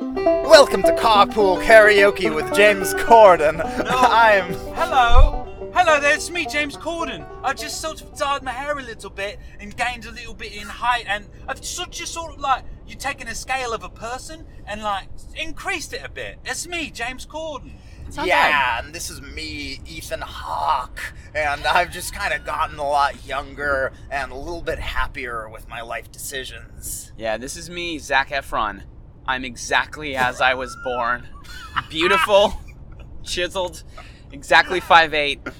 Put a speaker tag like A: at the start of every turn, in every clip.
A: welcome to Carpool Karaoke with James Corden. I'm.
B: Hello! Hello there, it's me, James Corden. I just sort of dyed my hair a little bit and gained a little bit in height, and I've sort just sort of like you taken a scale of a person and like increased it a bit. It's me, James Corden.
C: Sounds
A: yeah, and this is me, Ethan Hawke, and I've just kind of gotten a lot younger and a little bit happier with my life decisions.
C: Yeah, this is me, Zach Efron. I'm exactly as I was born. Beautiful, chiseled, exactly 5'8.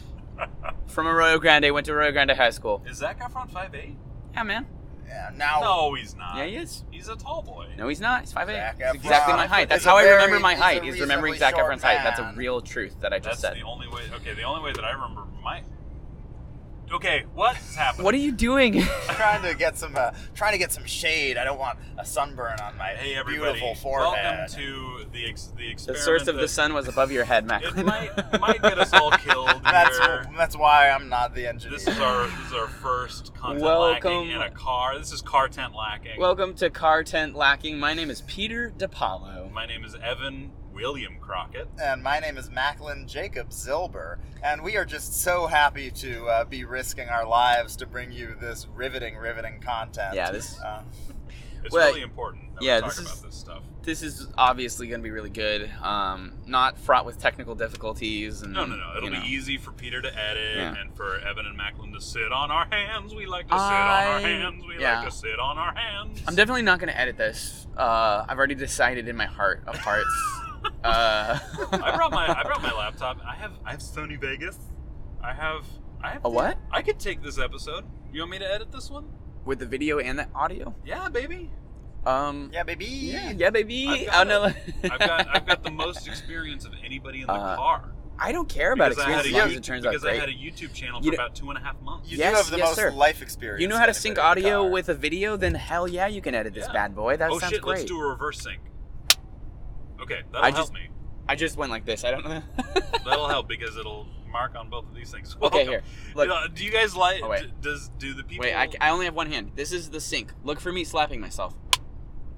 C: From Arroyo Grande, went to Arroyo Grande High School.
B: Is Zac Efron 5'8?
C: Yeah, man.
A: Yeah, now
B: No, he's not.
C: Yeah, he is.
B: He's a tall boy.
C: No, he's not. He's 5'8.
A: Zac
C: He's exactly
A: Efron
C: my height.
A: is
C: That's
A: a
C: how I
A: very-
C: remember my
A: he's a
C: height, is remembering
A: reasonably
C: Zac
A: short
C: Efron's height. That's a
A: man.
C: real truth that I just
B: That's
C: said.
B: the only way. Okay, the only way that I remember my. Okay, what's happening?
C: What are you doing?
A: trying to get some, uh, trying to get some shade. I don't want a sunburn on my
B: Hey, everybody.
A: beautiful
B: Welcome
A: forehead.
B: to the ex- the
C: the
B: experiment.
C: source of
B: that-
C: the sun was above your head,
B: It
C: Macklin.
B: might might get us all killed.
A: that's
B: here.
A: that's why I'm not the engineer.
B: This is our this is our first content
C: Welcome.
B: lacking in a car. This is car tent lacking.
C: Welcome to Car Tent Lacking. My name is Peter DePaulo.
B: My name is Evan William Crockett.
A: and my name is Macklin Jacob Zilber, and we are just so happy to uh, be risking our lives to bring you this riveting, riveting content.
C: Yeah, this-
A: Uh,
B: It's
C: Well,
B: really important that
C: yeah,
B: we talk
C: this is-
B: about this stuff.
C: This is obviously going to be really good. Um, not fraught with technical difficulties and
B: No, no, no. It'll
C: you
B: be
C: know.
B: easy for Peter to edit
C: Yeah.
B: and for Evan and Macklin to sit on our hands. We like to sit on our
C: I-
B: hands. We
C: yeah.
B: like to sit on our hands.
C: I'm definitely not going to edit this. Uh, I've already decided in my heart of hearts. uh,
B: I brought my I brought my laptop. I have I have Sony Vegas. I have I have
C: A what?
B: I could take this episode. You want me to edit this one?
C: with the video and the audio.
B: Yeah, baby.
C: Um,
A: yeah, baby.
C: yeah, yeah, baby.
B: I've
C: Oh,
B: got
C: no.
B: I've got I've got the most experience of anybody in the
C: Uh,
B: car.
C: I don't care about
B: Because I
C: experience as
B: had a
C: long as
B: you-
C: it turns out
B: Because I had a
C: great.
B: YouTube channel for
C: You d-
B: about two and a half months.
A: You
C: Yes,
A: do have the
C: yes,
A: most
C: sir.
A: life experience.
C: You know how to
A: of
C: sync
A: anybody in the
C: audio
A: car.
C: with a video? Then hell yeah, you can edit this
B: Yeah.
C: bad boy. That
B: oh
C: sounds
B: shit,
C: great.
B: let's do a reverse sync. Okay, that'll
C: I
B: help
C: just-
B: me.
C: I just went like this. I don't know.
B: That'll help because it'll mark on both of these things.
C: okay,
B: Welcome.
C: here. Look.
B: Uh, do you guys like?
C: Oh, wait.
B: d- does do the people?
C: Wait, I, I only have one hand. This is the sink. Look for me slapping myself.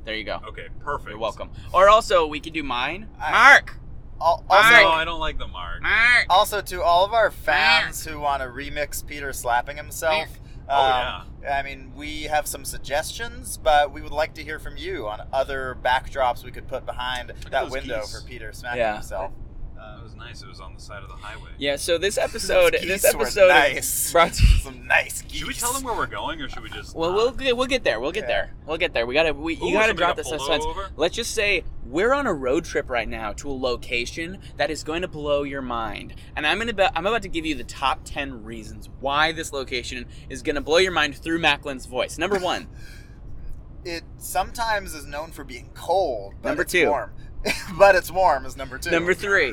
C: There you go.
B: Okay, perfect.
C: You're welcome. Or also, we could do mine.
A: I-
C: Mark!
A: Al-
B: Oh, No,
A: Also,
C: Mark.
B: I don't like the mark.
C: Mark!
A: also to all of our fans who want to remix Peter slapping himself. um,
B: Oh, yeah.
A: I mean, we have some suggestions, but we would like to hear from you on other backdrops we could put behind
B: at
A: that
B: those
A: window
B: keys.
A: for Peter smacking
C: Yeah.
A: himself.
B: It was nice. It was on the side of the highway.
C: Yeah, so this episode,
A: Those geese
C: this
A: were
C: episode
A: nice.
C: is brought to
A: Some nice geese.
B: Should we tell them where we're going, or should we just?
C: Well,
B: not?
C: we'll get- we'll get there. We'll get
A: Yeah.
C: there. We'll get there. We gotta we,
B: Ooh,
C: you gotta
B: somebody
C: drop
B: got
C: the
B: pulled
C: suspense.
B: over?
C: Let's just say we're on a road trip right now to a location that is going to blow your mind, and I'm gonna be, I'm about to give you the top ten reasons why this location is gonna blow your mind through Macklin's voice. Number one,
A: it sometimes is known for being cold. But
C: Number
A: it's
C: two.
A: warm. but it's warm is number two.
C: number three,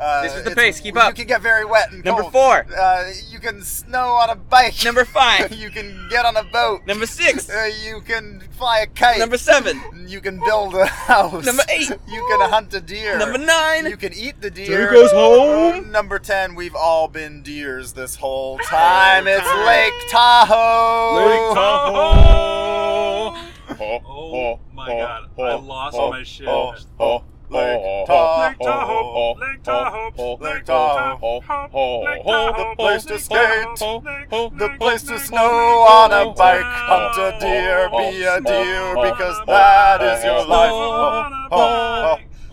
A: Uh,
C: this is the
A: it's-
C: pace, keep
A: You
C: up.
A: can get very wet and
C: number
A: cold.
C: four,
A: Uh, you can snow on a bike.
C: number five,
A: you can get on a boat.
C: number six,
A: Uh, you can fly a kite.
C: number seven,
A: you can build a house.
C: Number eight.
A: You can hunt a deer.
C: number nine.
A: You can eat the deer.
C: goes home.
A: Uh, Number ten. We've all been deers this whole time. it's
B: Time.
A: Lake Tahoe.
C: Lake
B: Tahoe. Oh my god, I lost my shit.
A: Lake
B: Lake Tahoe,
A: Tahoe.
B: Lake Tahoe,
A: Lake
B: Lake
A: Tahoe.
B: Tahoe,
A: Lake Tahoe, the place to skate, the place to snow on a bike, hunt a deer, be a deer, because that is your life.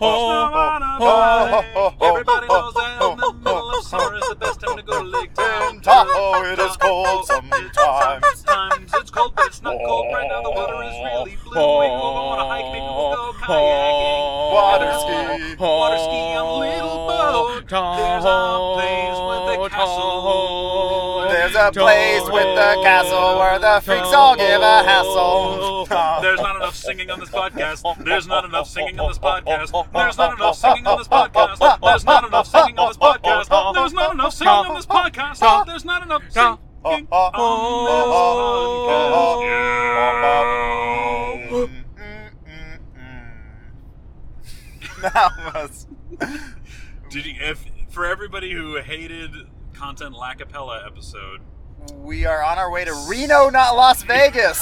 A: Oh, oh, oh, oh,
B: Everybody knows
A: oh,
B: that
A: oh,
B: in the middle of summer is the best time to go to Lake
A: oh. In
B: Tahoe.
A: Tahoe, it is cold sometimes.
B: Sometimes it's cold, but it's not cold right now. The water is really blue. Maybe we'll go on a hike. Maybe we'll go kayaking.
A: Water ski.
B: Water ski on little boat. There's
A: There's a
B: a place with a castle.
A: place with a castle where the freaks all give a hassle.
B: There's not enough singing on this podcast. There's not enough singing on this podcast. There's not enough singing on this podcast. There's not enough singing on this podcast. There's not enough singing on this podcast. There's not enough singing on this podcast.
A: Mm, mm. That was.
B: Did you, if for everybody who hated content lacapella episode,
A: We are on our way to Reno, not Las Vegas.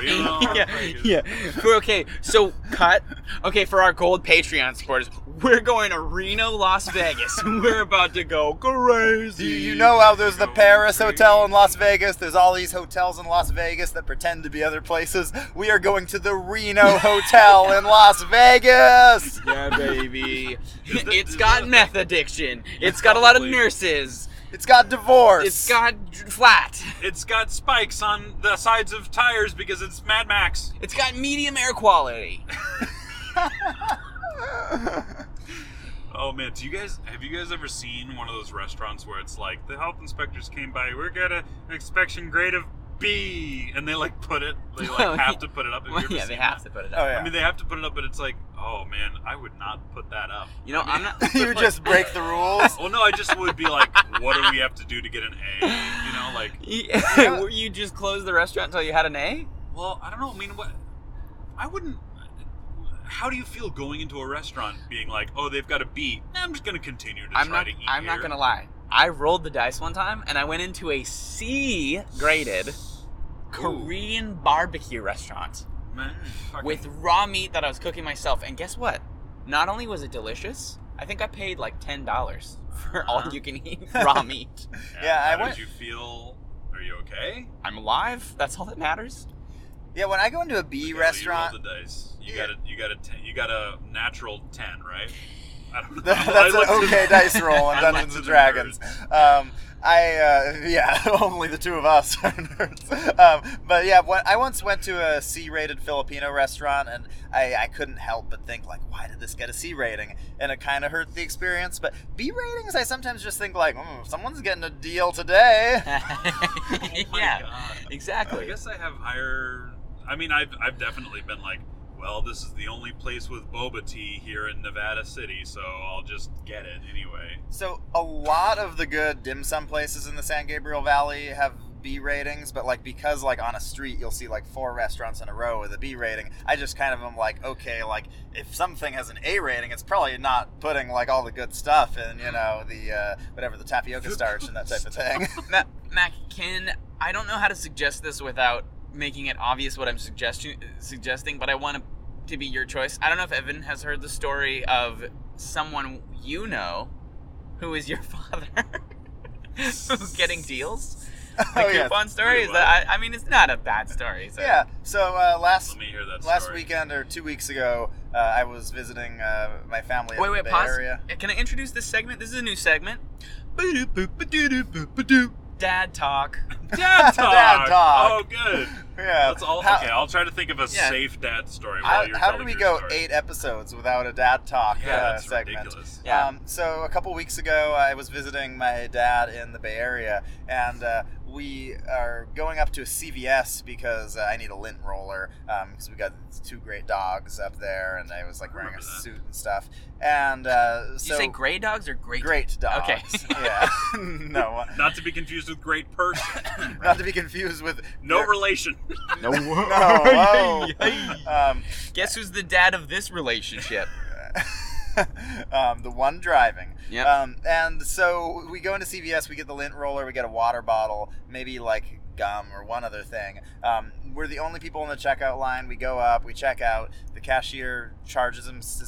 A: Real
C: yeah,
A: breakers.
C: yeah. We're- okay, so cut. Okay, for our gold Patreon supporters, we're going to Reno, Las Vegas. We're about to go crazy.
A: Do you know how there's the Paris Hotel in Las Vegas? There's all these hotels in Las Vegas that pretend to be other places. We are going to the Reno Hotel in Las Vegas.
C: Yeah, baby.
A: Is that-
C: it's
A: is that
C: got
A: a
C: meth addiction. It's got a lot of
A: Probably.
C: nurses.
A: It's got divorce.
C: It's got flat.
B: It's got spikes on the sides of tires because it's Mad Max.
C: It's got medium air quality.
B: Oh man, do you guys have you guys ever seen one of those restaurants where it's like the health inspectors came by, we're got an inspection grade of B, and they like put it, they like
C: Oh,
B: have
C: yeah.
B: to put it up. Have you
C: Well,
B: ever
C: yeah,
B: seen
C: they have
B: that?
C: to put it
A: Oh
C: up.
A: yeah.
B: I mean, they have to put it up, but it's like, oh man, I would not put that up.
C: You know, I'm not.
A: you just break the rules.
B: Well, no, I just would be like, what do we have to do to get an A? You know, like,
C: Yeah, Were you just closed the restaurant until you had an A?
B: well, I don't know. I mean, what? I wouldn't. How do you feel going into a restaurant being like, oh, they've got a B? Nah, I'm just gonna continue to
C: I'm
B: try
C: not.
B: to eat.
C: I'm not
B: here.
C: gonna lie. I rolled the dice one time, and I went into a C graded Korean barbecue restaurant
B: Man, fucking-
C: with raw meat that I was cooking myself. And guess what? Not only was it delicious, I think I paid like ten dollars for all
B: Uh-huh.
C: you can eat raw meat.
A: Yeah, I
B: how
A: went-
B: Did you feel? Are you okay?
C: I'm alive. That's all that matters.
A: yeah, when I go into a B
B: Okay,
A: restaurant,
B: You rolled the dice. You
A: Yeah.
B: got a you got a ten, you got a natural ten, right? I don't know. I
A: that's an
B: looked at-
A: okay dice roll in
B: I
A: Dungeons
B: looked
A: and
B: at the
A: Dragons.
B: nerds.
A: Um, I uh, yeah, only the two of us are nerds. Um, but yeah, when, I once went to a C-rated Filipino restaurant, and I, I couldn't help but think like, why did this get a C rating? And it kind of hurt the experience. But B ratings, I sometimes just think like, mm, someone's getting a deal today.
B: Oh my
C: yeah,
B: God. I
C: exactly.
B: guess I have higher. I mean, I've, I've definitely been like, well, this is the only place with boba tea here in Nevada City, so I'll just get it anyway.
A: So a lot of the good dim sum places in the San Gabriel Valley have B ratings, but like because like on a street you'll see like four restaurants in a row with a B rating. I just kind of am like, okay, like if something has an A rating, it's probably not putting like all the good stuff in, you know, the uh, whatever the tapioca starch and that type of thing.
C: Ma- Mac, can I don't know how to suggest this without making it obvious what I'm suggesting, suggesting, but I want it to be your choice. I don't know if Evan has heard the story of someone you know who is your father who's getting deals. The
A: oh yeah,
C: coupon story
B: Pretty
C: is that I, I mean it's not a bad story. So.
A: yeah. So uh, last
B: Let me hear that
A: last
B: story.
A: weekend or two weeks ago, uh, I was visiting uh, my family
C: Wait,
A: in the
C: wait,
A: Bay
C: pause.
A: Area.
C: Can I introduce this segment? This is a new segment. Ba-doop-boop-ba-doop-boop-ba-doop. Dad talk.
B: Dad talk.
A: Dad talk.
B: Oh, good.
A: Yeah,
B: That's all.
A: How-
B: okay, I'll try to think of a
C: Yeah.
B: safe dad story while
A: How,
B: you're
A: how
B: telling
A: did we
B: your
A: go
B: story.
A: eight episodes without a dad talk
B: Yeah,
A: uh,
B: that's
A: segment?
B: ridiculous.
C: Yeah.
A: Um, so a couple weeks ago, I was visiting my dad in the Bay Area, and uh, we are going up to a CVS because uh, I need a lint roller because we got two great dogs up there, and I was like wearing a
B: Remember that.
A: suit and stuff. And uh,
C: Did
A: so
C: you say gray dogs or great?
A: great dogs.
C: Okay.
A: yeah. no.
B: Not to be confused with great person.
A: Not to be confused with
B: No relation.
A: no.
C: No.
A: whoa. um,
C: Guess who's the dad of this relationship?
A: um, the one driving.
C: Yep.
A: Um, and so we go into CVS, we get the lint roller, we get a water bottle, maybe like gum or one other thing. Um, we're the only people in the checkout line. We go up, we check out. The cashier charges him s-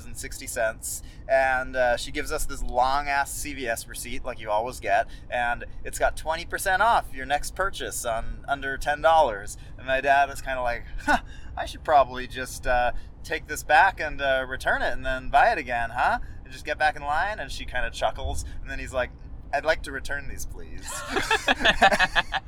A: $7.60, and uh, she gives us this long ass CVS receipt, like you always get, and it's got 20% off your next purchase on under $10. And my dad is kind of like, huh, I should probably just uh, take this back and uh, return it and then buy it again, huh? And just get back in line. And she kind of chuckles. And then he's like, I'd like to return these, please.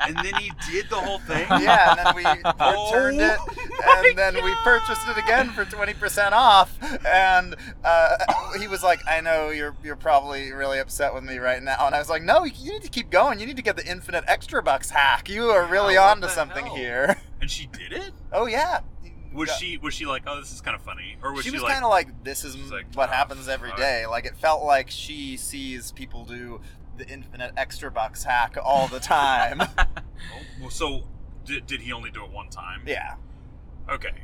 B: and then he did the whole thing.
A: yeah, and then we
C: Oh
A: returned it.
C: my
A: And then we purchased it again for 20% off. And uh, he was like, I know you're, you're probably really upset with me right now. And I was like, no, you- you need to keep going. You need to get the infinite extra bucks hack. You are really
B: Yeah, Oh, what
A: on to
B: the
A: something
B: hell?
A: here.
B: And she did it.
A: Oh, yeah.
B: Was
A: Yeah.
B: she was she like, oh, this is kind of funny, or was
A: she
B: she,
A: was
B: like,
A: kind of like, this is
B: she's like,
A: what
B: "Oh,
A: happens every
B: fuck."
A: day. Like, it felt like she sees people do the infinite extra bucks hack all the time.
B: Oh, well, so did, did he only do it one time?
A: yeah.
B: Okay.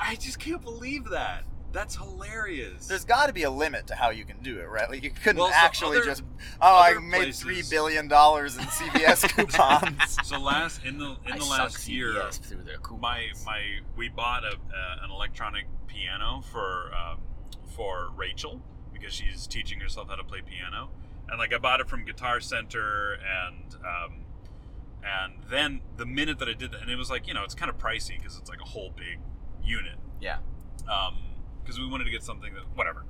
B: I just can't believe that. That's hilarious.
A: There's got to be a limit to how you can do it, right? Like you couldn't
B: Well, so
A: actually
B: other-
A: just oh, I
B: other
A: made
B: places-
A: three billion dollars in CVS coupons.
B: so last in the in the last year,
C: through their
B: my my we bought a uh, an electronic piano for um, for Rachel because she's teaching herself how to play piano, and like I bought it from Guitar Center, and um, and then the minute that I did that, and it was like you know it's kind of pricey because it's like a whole big unit,
C: Yeah.
B: because we wanted to get something that whatever,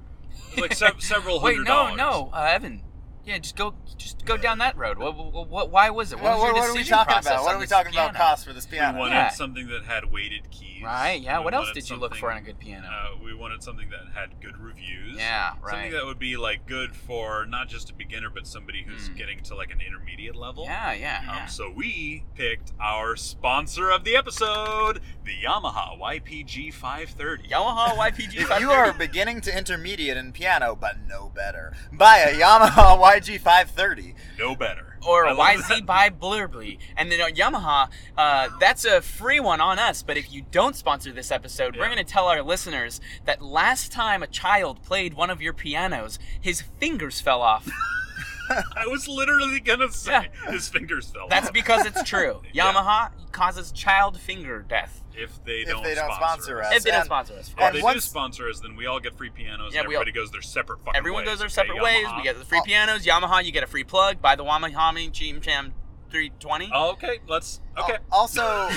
B: It was like sev- several
C: Oh, Wait,
B: hundred
C: no,
B: dollars.
C: no, uh, Evan. Yeah, just go, just go down that road. What, what, what why was it? What,
A: Well,
C: was
A: what,
C: your
A: what are we
C: decision
A: talking
C: process
A: about? What
C: on
A: are we
C: this
A: talking about
C: piano?
A: costs for this
B: We
A: piano?
B: wanted
C: Yeah.
B: something that had weighted keys.
C: Right. Yeah.
B: We
C: What else
B: wanted
C: did you look
B: something-
C: for in a good piano?
B: Uh, we wanted something that had good reviews.
C: yeah. Right.
B: Something that would be like good for not just a beginner, but somebody who's
C: Hmm.
B: getting to like an intermediate level.
C: yeah. Yeah.
B: Um,
C: yeah.
B: So we picked our sponsor of the episode, the Yamaha YPG 530.
C: Yamaha YPG.
A: If you are beginning to intermediate in piano, but no better, buy a Yamaha YG530.
B: No better.
C: or
B: I
C: a
B: love
C: YZ
B: that.
C: by Blurbly. And then uh, Yamaha, uh, that's a free one on us. But if you don't sponsor this episode, we're
B: Yeah.
C: going to tell our listeners that last time a child played one of your pianos, his fingers fell off.
B: I was literally gonna say his fingers fell.
C: That's
B: off.
C: because it's true.
B: Yeah.
C: Yamaha causes child finger death.
B: if they
A: If
B: don't,
A: they don't sponsor us.
C: If they don't
A: and-
C: sponsor us.
B: If
A: And
B: they do
A: once-
B: sponsor us, then we all get free pianos.
C: Yeah,
B: and
C: we all-
B: everybody goes their separate fucking
C: Everyone
B: ways.
C: goes their
B: Okay,
C: separate ways.
B: Yamaha.
C: We get the free pianos. Yamaha, you get a free plug. Buy the Yamaha Chim Cham 320.
B: Oh, okay, let's. Okay.
A: Al- Also,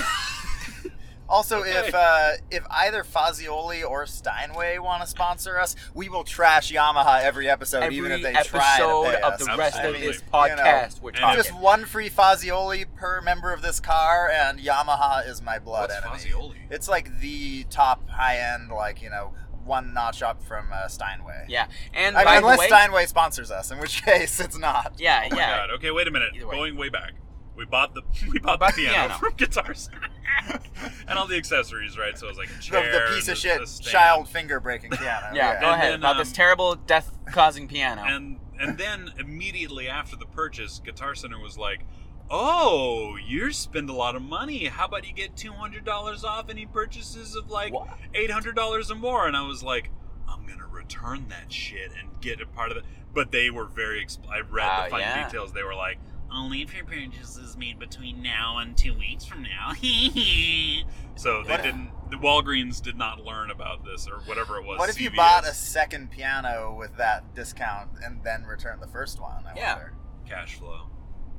A: also
B: Okay.
A: if uh, if either Fazioli or Steinway want to sponsor us, we will trash Yamaha every episode,
C: Every
A: even if they try to
C: episode
A: pay
C: of
A: us.
C: the rest of
B: Absolutely.
C: this
B: You know,
C: podcast, we're
B: and
C: talking.
A: Just one free Fazioli per member of this car, and Yamaha is my blood
B: What's
A: enemy.
B: Fazioli?
A: It's like the top high end, like you know, one notch up from uh, Steinway.
C: Yeah, and
A: I mean,
C: by
A: unless
C: the way,
A: Steinway sponsors us, in which case it's not.
C: yeah,
B: Oh my
C: yeah,
B: god. Okay, wait a minute.
C: Either way.
B: Going way back. We bought the we bought,
C: bought
B: the
C: the
B: piano,
C: piano.
B: from guitars and all the accessories, right? So it was like a
A: The,
B: chair,
A: the piece
B: and
A: of shit
B: the stand.
A: child finger breaking piano.
C: yeah.
B: And
C: Go ahead
B: then,
C: about this
B: um,
C: terrible death-causing piano.
B: And and then immediately after the purchase, Guitar Center was like, "Oh, you spend a lot of money. How about you get two hundred dollars off any purchases of like
C: What?
B: eight hundred dollars or more?" And I was like. I'm gonna return that shit and get a part of it. But they were very. Expl- I read
C: Oh,
B: the fine
C: yeah.
B: details. They were like,
D: Only if your purchase is made between now and two weeks from now.
B: So they
A: What-
B: didn't. The Walgreens did not learn about this or whatever it was.
A: What if you
B: CVS.
A: bought a second piano with that discount and then returned the first one? I
C: Yeah.
A: wonder.
B: cash flow?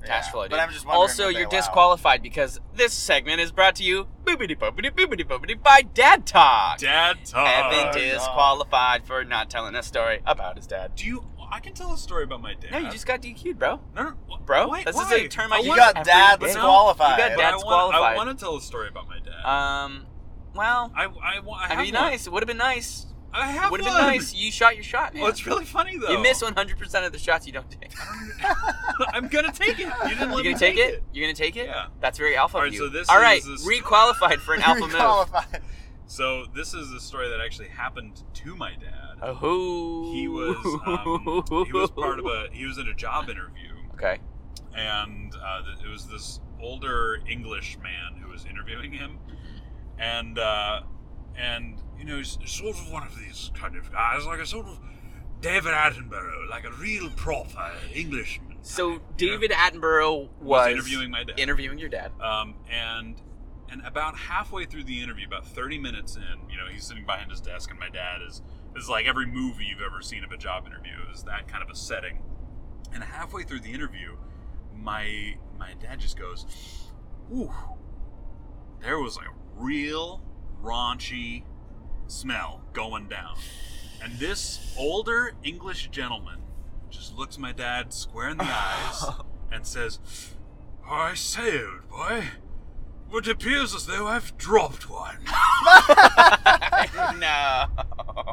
C: Cash flow, dude.
A: But I'm just wondering
C: also,
A: what they
C: you're
A: allow.
C: disqualified because this segment is brought to you boobity boobity boobity boobity by Dad Talk.
B: Dad talk.
C: Evan
A: Dad
C: disqualified for not telling a story about his dad.
B: Do you? I can tell a story about my dad.
C: No, you just got DQ'd, bro.
B: no, no, wh-
C: Bro,
B: why-
C: this
B: why?
C: is a term I
B: I
C: use
A: You got
C: every
A: dad
C: day.
A: disqualified.
C: You
B: But
C: got dad
B: I want, I
C: disqualified.
B: want to tell a story about my dad.
C: Um, well,
B: I, I, wa- I
C: I
B: have
C: would be
B: one.
C: nice. It would have been nice.
B: I have
C: Would have
B: one.
C: been nice. You shot your shot, man.
B: Well, Oh, it's really funny though.
C: You miss 100% of the shots you don't take.
B: I'm gonna take it. You didn't
C: You're
B: let
C: gonna
B: me
C: take it? You're gonna take it?
B: Yeah.
C: That's very alpha
B: All right,
C: of you.
B: so this
C: All
B: is
C: right,
B: a s-
C: requalified for an alpha move.
A: Qualified.
B: So this is a story that actually happened to my dad.
C: Oh.
B: He was um, he was part of a he was in a job interview.
C: Okay.
B: and uh, th- it was this older English man who was interviewing him, and uh, and you know he's sort of one of these kind of guys, like a sort of David Attenborough, like a real proper Englishman.
C: So
B: type, you know,
C: David Attenborough was,
B: was interviewing my dad,
C: interviewing your dad.
B: um, and and about halfway through the interview, about thirty minutes in, you know he's sitting behind his desk, and my dad is this is like every movie you've ever seen of a job interview is that kind of a setting, and halfway through the interview, my my dad just goes, "Ooh, there was a real raunchy smell going down," and this older English gentleman just looks my dad square in the eyes and says, "I say, old boy." It appears as though I've dropped one.
C: no.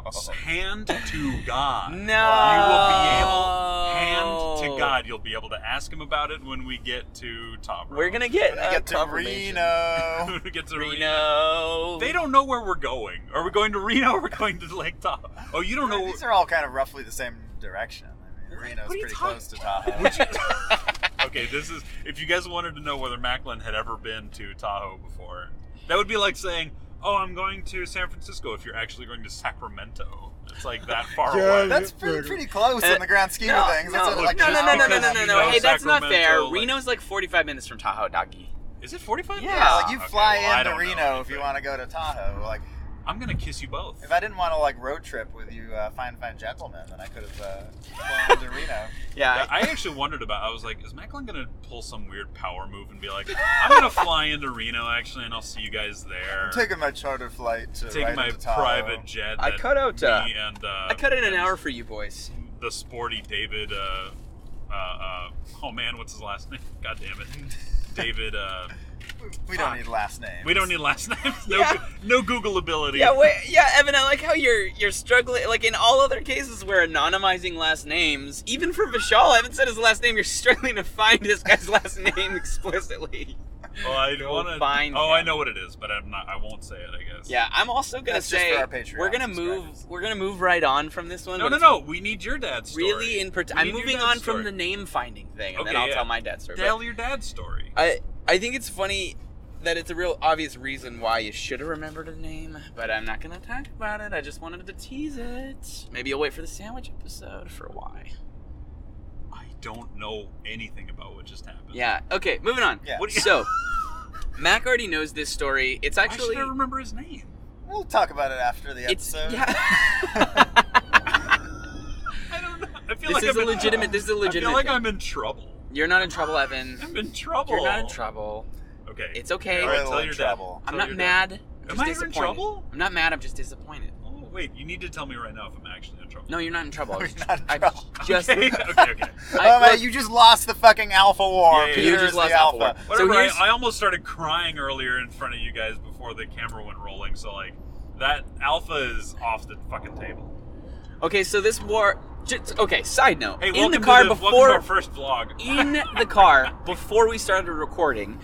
B: Hand to God.
C: No.
B: You will be able, hand to God, you'll be able to ask him about it when we get to Tom.
C: We're gonna get,
A: When
C: uh,
A: I get to
C: confirmation.
A: Reno.
B: when we get to Reno.
C: Reno.
B: They don't know where we're going. Are we going to Reno or are we going to Lake Tahoe? Oh, you don't know.
A: These are all kind of roughly the same direction. I mean, Reno's
B: What are you
A: pretty
B: talking-
A: close to Tahoe.
B: okay, this is. If you guys wanted to know whether Macklin had ever been to Tahoe before, that would be like saying, "Oh, I'm going to San Francisco." If you're actually going to Sacramento, it's like that far
E: Yeah,
B: away.
A: That's pretty, pretty close
C: Uh,
A: in the grand scheme of things. That's
C: no,
A: like,
C: no, no, no, no, no, no,
B: because
C: no,
B: you
C: no.
B: know
C: Hey, that's not fair.
B: Sacramento, like-
C: Reno's like 45 minutes from Tahoe, doggy.
B: Is it 45?
A: Yeah,
C: Yeah.
A: like you
B: Okay,
A: fly
B: well, I
A: into
B: don't know
A: Reno if you
B: anything.
A: want to go to Tahoe. Like,
B: I'm gonna kiss you both.
A: if I didn't want to like road trip with you, uh, fine, fine gentlemen, then I could have uh, flown into Reno.
C: Yeah.
B: Yeah, I actually wondered about. I was like, is Macklin gonna pull some weird power move and be like, "I'm gonna fly into Reno actually, and I'll see you guys there."
A: I'm taking my charter flight to
B: Taking
A: right
B: my
A: into Tahoe.
B: private jet.
C: I
B: that
C: cut out, uh,
B: me and, uh,
C: I cut in an
B: and
C: hour for you boys.
B: The sporty David. Uh, uh, uh, oh man, what's his last name? God damn it, David. Uh,
A: We don't
B: Fuck.
A: need last names.
B: we don't need last names. No,
C: Yeah.
B: Goo- no Google ability.
C: Yeah, wait, yeah, Evan. I like how you're you're struggling. Like in all other cases, we're anonymizing last names. Even for Vishal, I haven't said his last name. You're struggling to find this guy's last name explicitly.
B: Well, Oh, I
C: Go
B: wanna,
C: find
B: Oh, I
C: him.
B: know what it is, but I'm not. I won't say it. I guess.
C: Yeah, I'm also gonna
A: That's just
C: say
A: for our Patreon
C: we're gonna move.
A: subscribers.
C: We're gonna move right on from this one.
B: No,
C: but
B: no,
C: it's
B: no. We need your dad's story.
C: Really, in part-
B: We
C: I'm
B: need your
C: moving
B: dad's
C: on
B: story.
C: from the name finding thing, and then
B: Okay,
C: I'll
B: yeah.
C: tell my dad story. but-
B: Tell your dad's story.
C: I I think it's funny that it's a real obvious reason why you should have remembered her name, but I'm not gonna talk about it. I just wanted to tease it. Maybe you'll wait for the sandwich episode for why.
B: I don't know anything about what just happened.
C: Yeah. Okay. Moving on.
A: Yeah.
B: What do you-
C: So, Mac already knows this story. It's
B: Why
C: actually
B: should I remember his name?
A: We'll talk about it after the
C: it's
A: episode.
C: yeah.
B: I don't know. I feel
C: this
B: like
C: is
B: I'm
C: a
B: in-
C: legitimate. This is a legitimate.
B: I feel like
C: thing.
B: I'm in trouble.
C: You're not in trouble, Evan.
B: I'm in trouble.
C: You're not in trouble.
B: Okay.
C: It's okay.
B: All right,
A: Real
B: tell your dad.
A: trouble.
C: I'm
B: Tell
C: not
B: your
C: mad. I'm
B: Am
C: just
B: I in
C: disappointed.
B: trouble?
C: I'm not mad. I'm just disappointed.
B: Oh wait, you need to tell me right now if I'm actually in trouble.
C: No, you're not in trouble. I was
A: We're
C: just-
A: not in
C: I
A: trouble.
C: just
B: okay. okay. Okay.
C: I-
A: oh, man,
C: look-
A: you just lost the fucking alpha war.
B: Yeah, yeah, yeah.
A: Peter
C: You just
A: is
C: lost
A: the
C: alpha
A: alpha.
C: war. So
B: Whatever.
C: here's-
B: I, I almost started crying earlier in front of you guys before the camera went rolling. So like, that alpha is off the fucking table.
C: Okay, so this war. Just, okay, side note.
B: Hey,
C: in
B: welcome
C: the car
B: to the, welcome to
C: before,
B: our first vlog.
C: in the car before we started recording,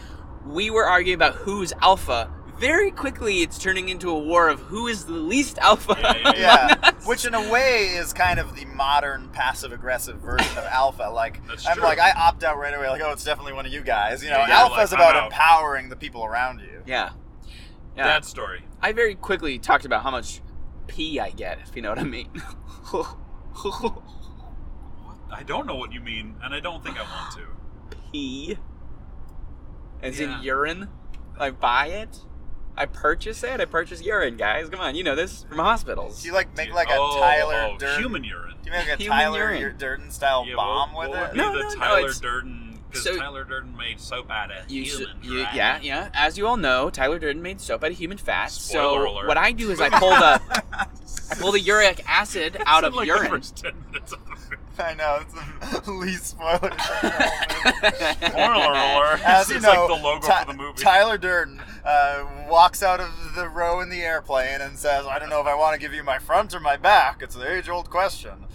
C: we were arguing about who's alpha. Very quickly, it's turning into a war of who is the least alpha.
B: Yeah, yeah,
A: Yeah, which in a way is kind of the modern passive aggressive version of alpha. Like
B: That's
A: I'm
B: true.
A: like I opt out right away. Like oh, it's definitely one of you guys. You know,
B: Yeah, yeah,
A: alpha's
B: like, I'm
A: about
B: out.
A: empowering the people around you.
C: yeah. Yeah.
B: That story.
C: I very quickly talked about how much pee I get, if you know what I mean.
B: I don't know what you mean, and I don't think I want to.
C: pee. As
B: Yeah.
C: in urine. I buy it. I purchase it. I purchase urine, guys. Come on, you know this from hospitals.
A: Do you like make like a
B: oh,
A: Tyler
B: oh,
A: Durden?
B: human urine.
A: Do you make like a
C: Human
A: Tyler
C: urine.
A: Durden style
B: Yeah,
A: bomb
B: what,
A: with
B: what
A: it?
B: Would be
C: No,
B: the
C: no, no,
B: Tyler
C: it's-
B: Durden, because
C: so-
B: Tyler Durden made soap out of
C: You s-
B: human.
C: you-
B: right?
C: yeah, yeah. As you all know, Tyler Durden made soap out of human fat.
B: Spoiler
C: so
B: alert.
C: what I do is I pull the I pull the uric acid out of
B: like The
C: urine.
B: first 10 minutes of the movie.
A: I know it's the least spoiler.
B: Spoiler alert.
A: As you
B: it's
A: know,
B: like the logo
A: Ty-
B: for the movie.
A: Tyler Durden uh, walks out of the row in the airplane and says, "I don't know if I want to give you my front or my back. It's the age-old question."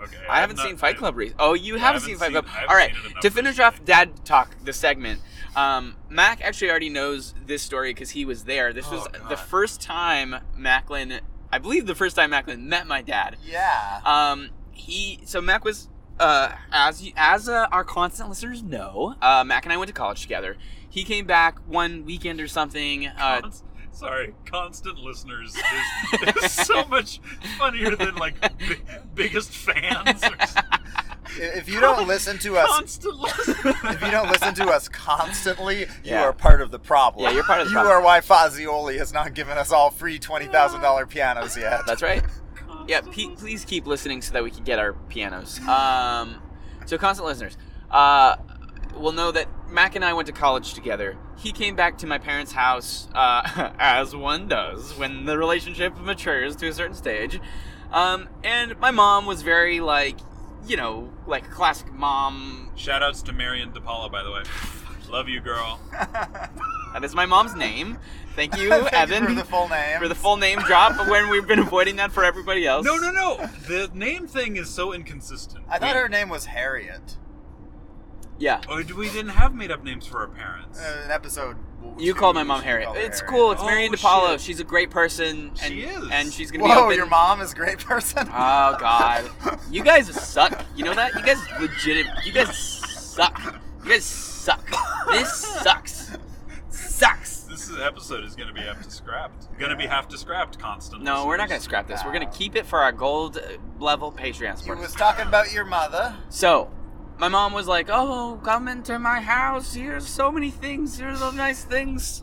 B: okay,
C: I haven't seen Fight Club recently. Oh, you
B: Yeah, I
C: haven't
B: haven't
C: seen Fight
B: seen-
C: Club.
B: I haven't
C: All right.
B: seen it enough
C: To finish
B: recently.
C: off Dad Talk, the segment, um, Mac actually already knows this story because he was there. This
B: Oh,
C: was
B: God.
C: the first time Macklin, I believe, the first time Macklin met my dad.
A: Yeah.
C: Um, he so Mac was uh, as you, as uh, our constant listeners know, uh, Mac and I went to college together. He came back one weekend or something. Uh,
B: Const- Sorry, constant listeners is, is so much funnier than like b- biggest fans. Or s-
A: If you don't listen to us,
B: constant listeners.
A: if you don't listen to us constantly, you
C: Yeah.
A: are part of the problem.
C: Yeah, you're part of the
A: You
C: problem.
A: are why Fazioli has not given us all free twenty thousand dollar pianos yet.
C: that's right. Yeah,
B: Constant
C: pe-
B: listeners.
C: please keep listening so that we can get our pianos. Um, so constant listeners, uh, will know that Mac and I went to college together. He came back to my parents' house, uh, as one does when the relationship matures to a certain stage. Um, and my mom was very like, you know, like classic mom.
B: Shoutouts to Marion DePaula, by the way. Love you, girl.
C: That is my mom's name. Thank you,
A: Thank you
C: Evan,
A: for the full name.
C: full name drop. When we've been avoiding that for everybody else.
B: No, no, no. The name thing is so inconsistent.
A: I thought her name was Harriet.
C: Yeah.
B: Oh, we didn't have made-up names for our parents.
A: Uh, an episode.
C: You
A: two,
C: called my mom
A: she
C: Harriet.
A: called her
C: It's
A: Harriet.
C: cool. It's
B: Oh,
C: Marion DePaulo.
B: shit.
C: She's a great person. And,
B: She is.
C: And she's gonna be
A: Whoa,
C: open.
A: your mom is a great person.
C: Oh God, you guys suck. You know that? You guys legit. You guys suck. You guys suck. This sucks. Sucks.
B: This is episode is going to be have to scrapped. Going to be have to scrapped constantly.
C: No, we're not going to scrap this. We're going to keep it for our gold uh, level Patreon
A: You
C: supporters.
A: was talking about your mother.
C: So, my mom was like, "Oh, come into my house. Here's so many things. Here's so nice things.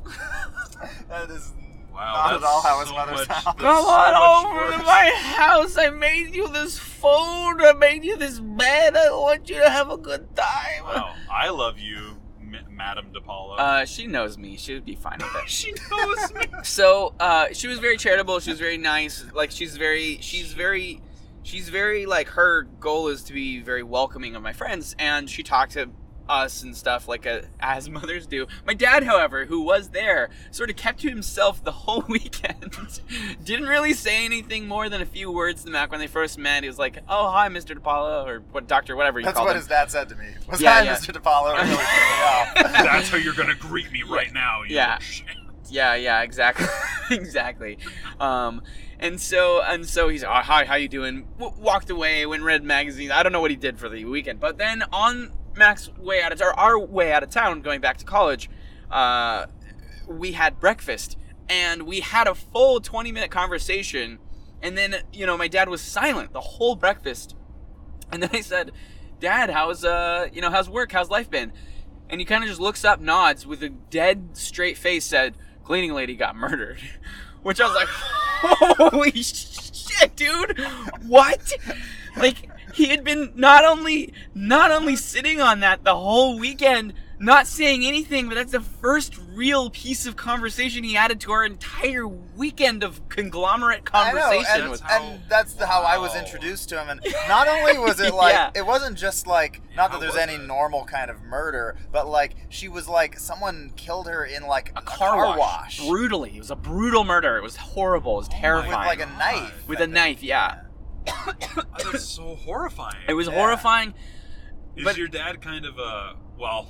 A: That is
B: Wow,
A: not
B: that's
A: at all how his
B: so
A: mother
B: much-
A: sounds.
B: that's
C: Come
B: so much
C: on over to
B: worse.
C: my house. I made you this phone. I made you this bed. I want you to have a good time."
B: Wow, I love you, M- Madame DePaulo.
C: Uh, she knows me. She would be fine with it.
B: she knows me.
C: so uh, she was very charitable she was very nice like she's very she's very she's very like her goal is to be very welcoming of my friends and she talked to us and stuff like uh as mothers do my dad however who was there sort of kept to himself the whole weekend didn't really say anything more than a few words to mac when they first met he was like oh hi mr depaulo or what doctor whatever you
A: That's
C: call
A: what
C: him
A: his dad said to me. Was
C: Yeah,
A: I
C: yeah.
A: Mr. DePaulo really threw me off?
B: That's how you're going to greet me right now. You Oh
C: Yeah.
B: shit.
C: Yeah, yeah, exactly, exactly. Um, and so and so he's oh, hi, how you doing? W- walked away, went read magazine. I don't know what he did for the weekend, but then on Mac's way out of or our way out of town, going back to college, uh, we had breakfast and we had a full twenty minute conversation, and then you know my dad was silent the whole breakfast, and then I said, "Dad, how's uh you know how's work? How's life been?" And he kind of just looks up, nods with a dead straight face, said, "Cleaning lady got murdered," which I was like, "Holy shit, dude! What?" Like he had been not only not only sitting on that the whole weekend, not saying anything, but that's the first real piece of conversation he added to our entire weekend of conglomerate
A: I know,
C: conversation
A: and,
C: with.
B: how-
A: and that's the, how I was
B: Wow.
A: introduced to him. And not only was it like
C: Yeah.
A: it wasn't just like not
B: How
A: that there's
B: was
A: any
B: it?
A: normal kind of murder, but like she was like someone killed her in like a,
C: brutally. It was a brutal murder. It was horrible. It was
A: with
C: terrifying.
A: Oh like a
B: God.
A: knife.
C: with
A: I
C: a
A: think.
C: knife, yeah.
B: Oh, that's so horrifying.
C: It was
A: Yeah.
C: horrifying.
B: Is
C: But-
B: your dad kind of uh well?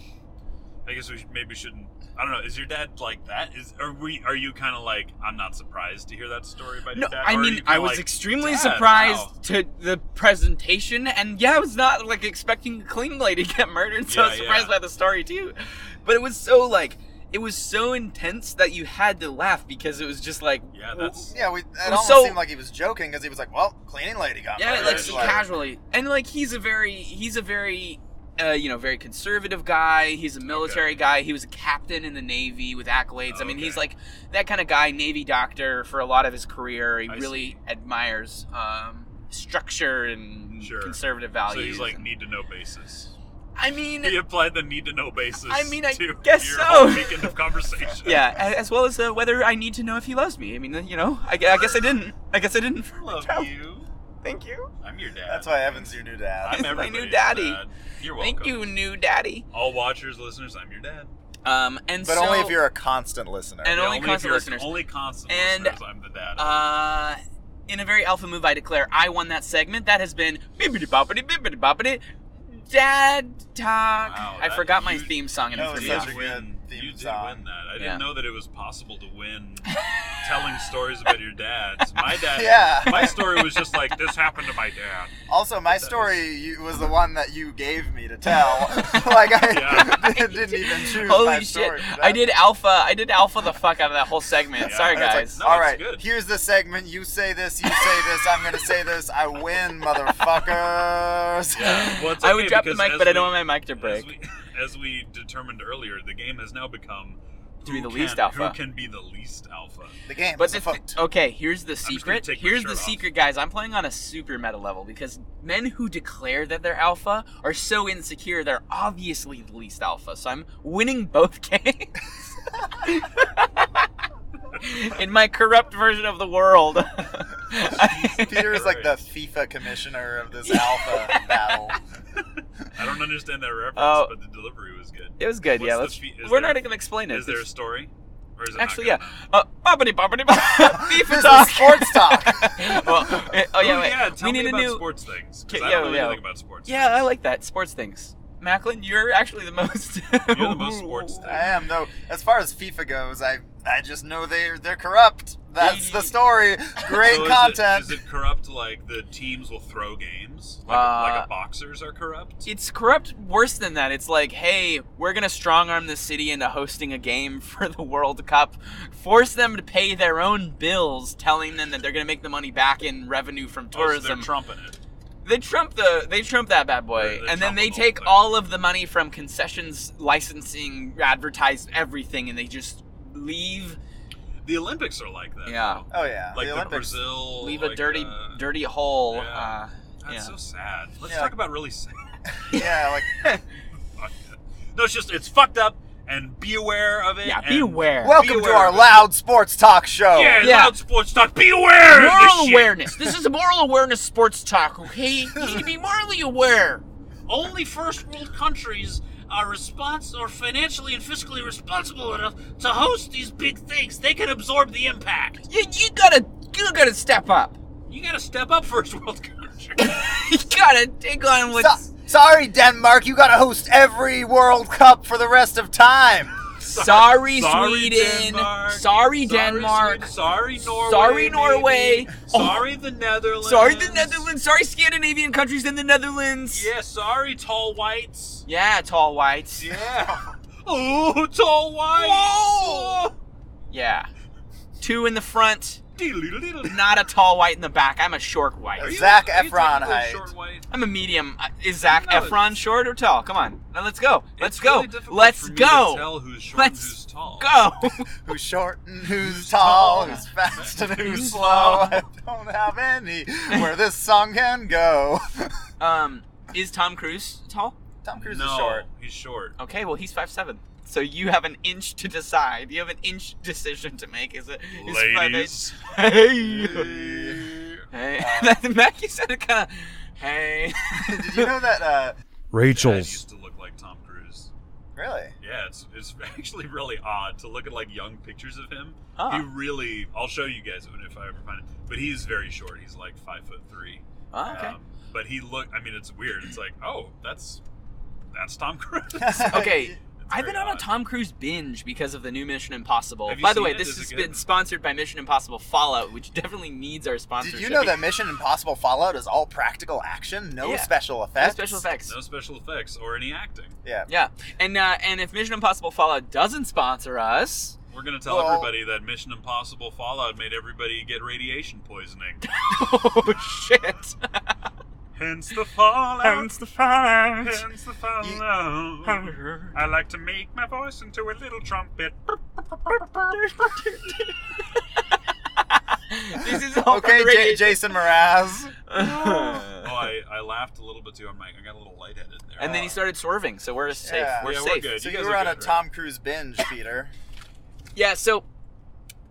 B: I guess we sh- maybe shouldn't. I don't know. Is your dad like that? Is are we? Are you kind of like? I'm not surprised to hear that story by
C: No,
B: your dad.
C: I
B: Or are
C: mean,
B: you kinda
C: I was
B: like,
C: extremely
B: "Dad,
C: surprised
B: wow."
C: to the presentation, and yeah, I was not like expecting a clean lady to get murdered, so I was
B: Yeah,
C: surprised
B: yeah.
C: by the story too. But it was so like, it was so intense that you had to laugh because it was just like,
B: Yeah, that's
A: Yeah, we, it
C: was
A: almost
C: so-
A: seemed like he was joking because he was like, "Well, cleaning lady got
C: yeah,
A: murdered."
C: like
B: It's
C: so
B: like-
C: casually, and like he's a very, he's a very. Uh, you know, very conservative guy. He's a military guy. He was a captain in the Navy with accolades. I mean, he's
B: Okay.
C: like that kind of guy, Navy doctor for a lot of his career. He
B: I
C: really
B: see.
C: admires um, structure and
B: Sure.
C: conservative
B: So
C: values.
B: he's like
C: and-
B: need to know basis.
C: I mean,
B: He applied the need to know basis.
C: I mean, I
B: to
C: guess
B: your
C: so.
B: whole Weekend of conversation.
C: yeah, a- as well as uh, whether I need to know if he loves me. I mean, uh, you know, I, gu- I guess I didn't. I guess I didn't.
B: Love you.
C: Thank you.
B: I'm your dad.
A: That's why Evan's your new dad.
B: I'm
C: my new
B: everybody's
C: daddy.
B: dad. You're welcome.
C: Thank you, new daddy.
B: All watchers, listeners, I'm your dad.
C: Um, and
A: But
C: so,
A: only if you're a constant listener.
C: And
B: Yeah,
C: only
B: if
C: constant
B: you're-
C: listeners.
B: Only constant
C: And,
B: listeners. I'm the dad.
C: Uh, in a very alpha move, I declare I won that segment. That has been bibbidi boppity bibbidi boppity. Dad talk.
B: Wow,
C: I
B: that-
C: forgot my
B: you-
C: theme song and
A: that
C: I
A: was
C: forgot.
A: such a
B: win.
A: good theme
B: You did
A: song.
B: win that. I
C: Yeah.
B: didn't know that it was possible to win telling stories about your dad. My dad.
A: Yeah.
B: My story was just like this happened to my dad.
A: Also, my story you, was the one that you gave me to tell. like I
B: Yeah.
A: didn't even choose my
C: Holy
A: story.
C: shit!
A: for
C: I
A: that.
C: did alpha. I did alpha the fuck out of that whole segment.
B: Yeah.
C: Sorry
A: And it's like,
C: guys.
B: No,
A: All
B: it's
A: right,
B: good.
A: here's the segment. You say this, you say this. I'm gonna say this. I win, motherfuckers.
B: Yeah. Well, it's
C: I would
B: okay,
C: drop the
B: because
C: mic,
B: as
C: but I don't
B: we-
C: want my mic to
B: As
C: break.
B: we, as we determined earlier, the game has now become
C: To be
B: who
C: the least
B: can-
C: alpha.
B: Who can be the least alpha?
A: The game
C: But
A: is
C: the thi-
A: fucked.
C: okay, here's the
B: gonna
C: secret.
B: take my
C: Here's
B: shirt
C: the
B: off.
C: secret, guys. I'm playing on a super meta level because men who declare that they're alpha are so insecure they're obviously the least alpha. So I'm winning both games. In my corrupt version of the world.
A: Peter is like the FIFA commissioner of this alpha battle.
B: I don't understand that reference,
C: Oh.
B: but the delivery was good.
C: it was good, yeah.
B: What's
C: Let's,
B: the fe- is
C: we're
B: there-
C: not gonna explain it.
B: Is there a
C: It's-
B: story? Or is it not
C: actually,
B: good
C: yeah.
B: enough?
C: Uh, boppity boppity bop. FIFA
A: This
C: talk.
A: is sports talk.
C: well, eh, oh yeah,
B: oh,
C: wait.
B: yeah tell
C: we
B: me
C: need a
B: about
C: new.
B: sports things. 'cause
C: Okay,
B: I
C: yeah,
B: don't really
C: yeah.
B: think about sports.
C: Yeah, I like that. Sports things. Macklin, you're actually the most.
B: You're the most sports
A: I am though. As far as FIFA goes, I I just know they are they're corrupt. That's the story. Great
B: So is it-
A: content.
B: Is it corrupt like the teams will throw games? Like,
C: Uh,
B: like a boxers are corrupt?
C: It's corrupt worse than that. It's like, hey, we're going to strong arm the city into hosting a game for the World Cup, force them to pay their own bills, telling them that they're going to make the money back in revenue from
B: Oh, so they're
C: tourism.
B: trumping it.
C: they trump the they trump that bad boy
B: They're- they're
C: and then they
B: trumpable,
C: take
B: they're-
C: all of the money from concessions, licensing, advertise everything and they just leave
B: The Olympics are like that.
C: Yeah.
B: though.
A: oh yeah,
B: Like
A: the
B: the,
A: Olympics.
B: Brazil.
C: leave a
B: like,
C: dirty
B: uh,
C: dirty hole.
B: yeah.
C: Uh,
B: That's
C: yeah.
B: so sad. Let's
A: Yeah.
B: talk about really sad.
A: yeah, like
B: Fuck it. No, it's just it's fucked up, and be aware of it.
C: yeah,
B: and
C: be aware.
A: welcome to
B: aware
A: our
B: of it.
A: loud sports talk show.
B: Yeah,
C: Yeah.
B: loud sports talk. Be aware. of this
C: moral
B: shit.
C: awareness. This is a moral awareness sports talk, okay? You need to be morally aware.
D: Only first world countries are respons- or financially and fiscally responsible enough to host these big things. They can absorb the impact.
C: You, you gotta you gotta step up.
D: You gotta step up, first world countries.
C: You gotta take on
A: So-
C: what's
A: sorry, Denmark, you gotta host every World Cup for the rest of time.
C: sorry,
B: Sorry,
C: Sweden.
B: Denmark.
C: Sorry,
B: Sorry,
C: Denmark.
B: Sweden. Sorry, Norway.
C: Sorry, Norway.
B: maybe. Sorry, the Netherlands.
C: Sorry, the Netherlands. Sorry, Scandinavian countries and the Netherlands.
B: Yeah, sorry, tall whites.
C: Yeah, tall whites.
B: Yeah. oh, tall whites.
C: Whoa. Yeah. Two in the front,
B: Diddle-diddle-diddle.
C: not a tall white in the back. I'm a short
B: Are
C: white.
B: you-
A: Zac
B: are you
A: Efron
B: technically
A: height.
B: Short white?
C: I'm a medium. Uh, Is Zach
B: No,
C: Efron short or tall? Come on. Now let's go. Let's
B: It's
C: go.
B: really difficult
C: let's
B: for me To
C: go.
B: tell who's short
C: Let's
B: and who's tall.
C: Go.
A: Who's short and who's tall,
B: tall?
A: who's fast and who's
C: Who's
A: slow.
C: slow?
A: I don't have any where this song can go.
C: um, is Tom Cruise tall?
A: Tom Cruise
B: no,
A: is short.
B: He's short.
C: Okay, well he's five seven. So you have an inch to decide. You have an inch decision to make. Is it? Is five
B: Ladies.
C: eight- Hey.
B: Eh.
C: Hey.
A: Uh,
C: Mackie said it kind of. Hey.
A: Did you know that? Uh,
B: Dad
E: Rachel's.
B: used to look like Tom Cruise.
A: really?
B: Yeah, it's it's actually really odd to look at like young pictures of him.
C: Huh.
B: He really, I'll show you guys when if I ever find it. But he's very short. He's like five foot three. Um,
C: Oh, okay.
B: but he look. I mean, it's weird. It's like, oh, that's that's Tom Cruise.
C: Okay.
B: It's
C: I've been
B: very
C: on a
B: odd.
C: Tom Cruise binge because of the new Mission Impossible.
B: Have you
C: By the
B: seen
C: way,
B: it?
C: this
B: Is it
C: has
B: good?
C: been sponsored by Mission Impossible Fallout, which definitely needs our sponsorship.
A: Did you know that Mission Impossible Fallout is all practical action, no
C: Yeah.
A: special
C: No
A: effects?
C: special effects.
B: No special effects or any acting.
A: Yeah.
C: Yeah, and uh, and if Mission Impossible Fallout doesn't sponsor us,
B: We're gonna tell
A: Well-
B: everybody that Mission Impossible Fallout made everybody get radiation poisoning.
C: oh shit!
B: Hence the fallout.
C: the Fallout.
B: Hence the fallout. I like to make my voice into a little trumpet.
C: this is all
A: Okay,
C: from the
A: J-
C: radio-
A: Jason Mraz.
B: Oh, I, I laughed a little bit too on my. I got a little lightheaded there. Uh,
C: and then he started swerving, so we're safe.
A: Yeah.
C: We're
B: Yeah, we're
C: safe.
B: good.
A: So
B: you
A: you
B: guys
A: were
B: are
A: on a
B: good, right?
A: Tom Cruise binge, Peter.
C: Yeah. So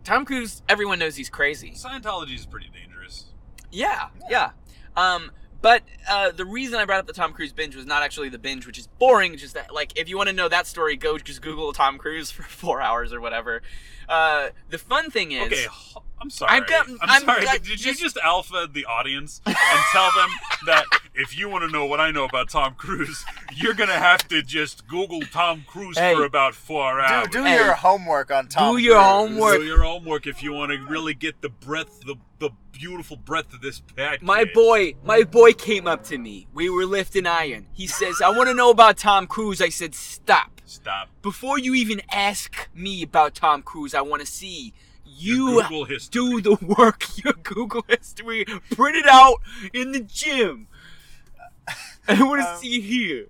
C: Tom Cruise, everyone knows he's crazy.
B: Scientology is pretty dangerous.
C: Yeah, yeah. Um, but uh, the reason I brought up the Tom Cruise binge was not actually the binge, which is boring. Just that, like, if you want to know that story, go just Google Tom Cruise for four hours or whatever. Uh, the fun thing is,
B: Okay, h- I'm sorry.
C: I've got-
B: I'm,
C: I'm
B: sorry.
C: got-
B: but did you just alpha the audience and tell them that if you want to know what I know about Tom Cruise, you're gonna have to just Google Tom Cruise
C: Hey.
B: for about four
A: Do,
B: hours.
A: do
C: Oh, Hey,
A: your homework on Tom.
C: do your
A: Cruise.
C: homework.
B: Do your homework if you want to really get the breadth, the the beautiful breadth of this package.
C: my boy, my boy came up to me. We were lifting iron. He says, "I want to know about Tom Cruise." I said, "Stop!
B: Stop.
C: Before you even ask me about Tom Cruise, I want to see." You
B: Google history.
C: do the work, your Google history, print it out in the gym. I want to
A: Um,
C: see here.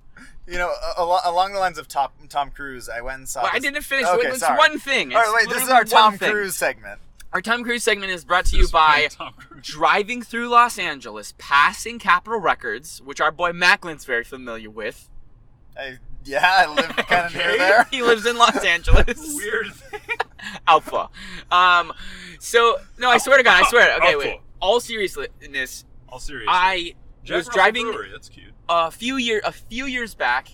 A: You know, a- a- along the lines of Tom, Tom Cruise, I went and saw.
C: Well, I
A: this-
C: didn't finish.
A: uh, Okay,
C: it's
A: sorry.
C: one thing.
A: All
C: It's
A: right, wait. This is
C: literally
A: our Tom
C: one thing.
A: Cruise segment.
C: Our Tom Cruise segment is brought to you
B: This
C: by
B: man, Tom Cruise.
C: driving through Los Angeles, passing Capitol Records, which our boy Macklin's very familiar with.
A: I, yeah, I live kind of near
B: Okay.
A: there.
C: He lives in Los Angeles.
B: Weird thing.
C: Alpha. Um, so no, I swear to God, I swear. Okay, wait.
B: Alpha.
C: All seriousness,
B: All seriously.
C: I
B: Jack
C: was
B: Russell
C: driving
B: Brewery, That's cute.
C: a few year a few years back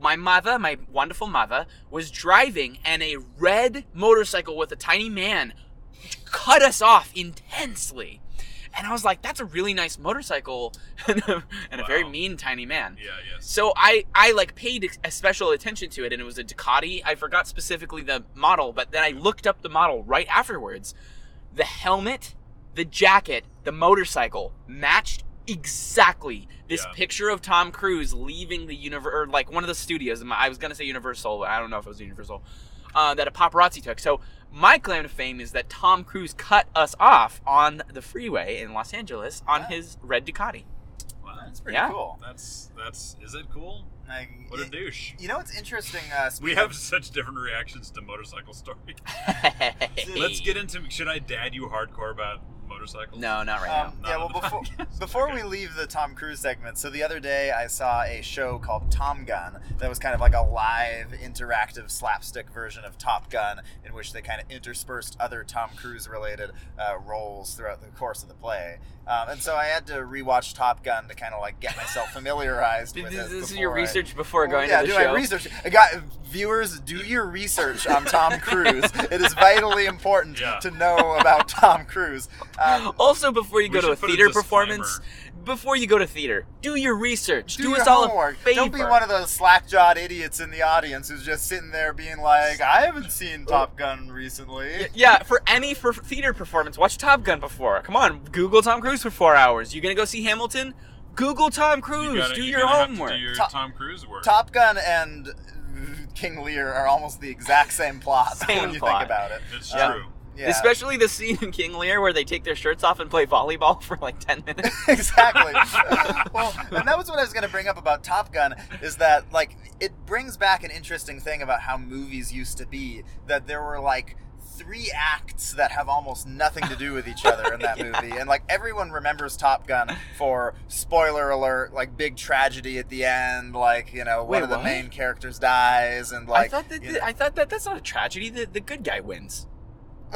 C: my mother my wonderful mother was driving and a red motorcycle with a tiny man cut us off intensely and i was like that's a really nice motorcycle and a, and a very
B: Wow.
C: mean tiny man
B: Yeah. Yes.
C: so I, I like paid a special attention to it, and it was a Ducati. I forgot specifically the model, but then I looked up the model right afterwards. the helmet, the jacket, the motorcycle matched exactly this
B: Yeah.
C: picture of Tom Cruise leaving the universe, or like one of the studios. I was gonna say Universal, but I don't know if it was Universal. Uh, that a paparazzi took. So my claim to fame is that Tom Cruise cut us off on the freeway in Los Angeles on
A: Wow.
C: his red Ducati.
B: Wow.
A: That's pretty
C: Yeah.
A: cool.
B: That's that's is it cool?
A: Like,
B: What a
A: it-
B: douche.
A: You know what's interesting? Uh,
B: We
A: speaking
B: have
A: of-
B: such different reactions to motorcycle stories. Let's get into should I dad you hardcore about motorcycles?
C: No, not right now.
A: Um,
B: Not
A: yeah, well,
B: on the
A: before,
B: podcast.
A: before we
B: Okay.
A: leave the Tom Cruise segment, so the other day I saw a show called Tom Gun that was kind of like a live, interactive, slapstick version of Top Gun, in which they kind of interspersed other Tom Cruise related uh, roles throughout the course of the play. Um, and so I had to rewatch Top Gun to kind of like get myself familiarized
C: Th-
A: with
C: This,
A: it.
C: this is your
A: before I-
C: research before
A: Well,
C: going
A: yeah,
C: to the
A: do
C: show.
A: I research? I got viewers, do your research on Tom Cruise. it is vitally important
B: Yeah.
A: to know about Tom Cruise. Um,
C: also, before you
B: We
C: go to
B: should
C: a
B: put a
C: theater
B: disclaimer.
C: performance, before you go to theater, do your research. Do,
A: your
C: us all
A: homework.
C: a favor.
A: Don't be one of those slack-jawed idiots in the audience who's just sitting there being like, "I haven't
C: Uh,
A: seen Top Gun recently."
C: yeah, for any for theater performance, watch Top Gun before. Come on, Google Tom Cruise for four hours. You gonna go see Hamilton? Google Tom Cruise.
B: You gotta-
C: do
B: you're
C: your
B: gonna have to
C: homework.
B: Do your
A: Top-
B: Tom Cruise work.
A: Top Gun and uh, King Lear are almost the exact same plot
C: Same
A: when you
C: plot.
A: think about it.
B: It's
A: Um,
B: true.
A: Yeah,
C: Especially the scene in King Lear where they take their shirts off and play volleyball for like ten minutes.
A: exactly. well, and that was what I was going to bring up about Top Gun is that like it brings back an interesting thing about how movies used to be that there were like three acts that have almost nothing to do with each other in that movie and like everyone remembers Top Gun for spoiler alert like big tragedy at the end like you know one
C: Wait,
A: of the
C: what?
A: main characters dies and like
C: I thought that
A: you know-
C: I thought that that's not a tragedy. The, the good guy wins.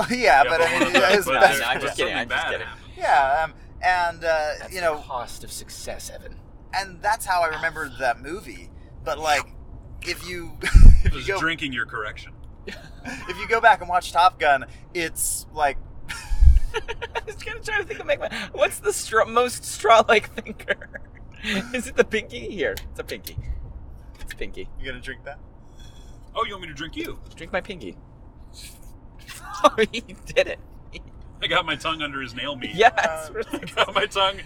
A: yeah, but I mean yeah, it's-
C: but
A: that's-
C: no, I'm just kidding,
B: something
C: I'm just
B: bad
C: kidding.
B: happened.
A: yeah um, and uh, you know
C: cost of success, Evan.
A: and that's how I remembered that movie. But like, if you
B: It
A: if
B: was
A: you go
B: drinking your correction.
A: if you go back and watch Top Gun, it's like
C: I was kind of trying to think of make my. What's the straw, most straw-like thinker? Is it the pinky? Here, it's a pinky. It's a pinky.
A: you gonna drink that.
B: Oh, you want me to drink you?
C: Drink my pinky. Oh, he did it.
B: I got my tongue under his nail meat.
C: Yeah, it's really-
B: got my tongue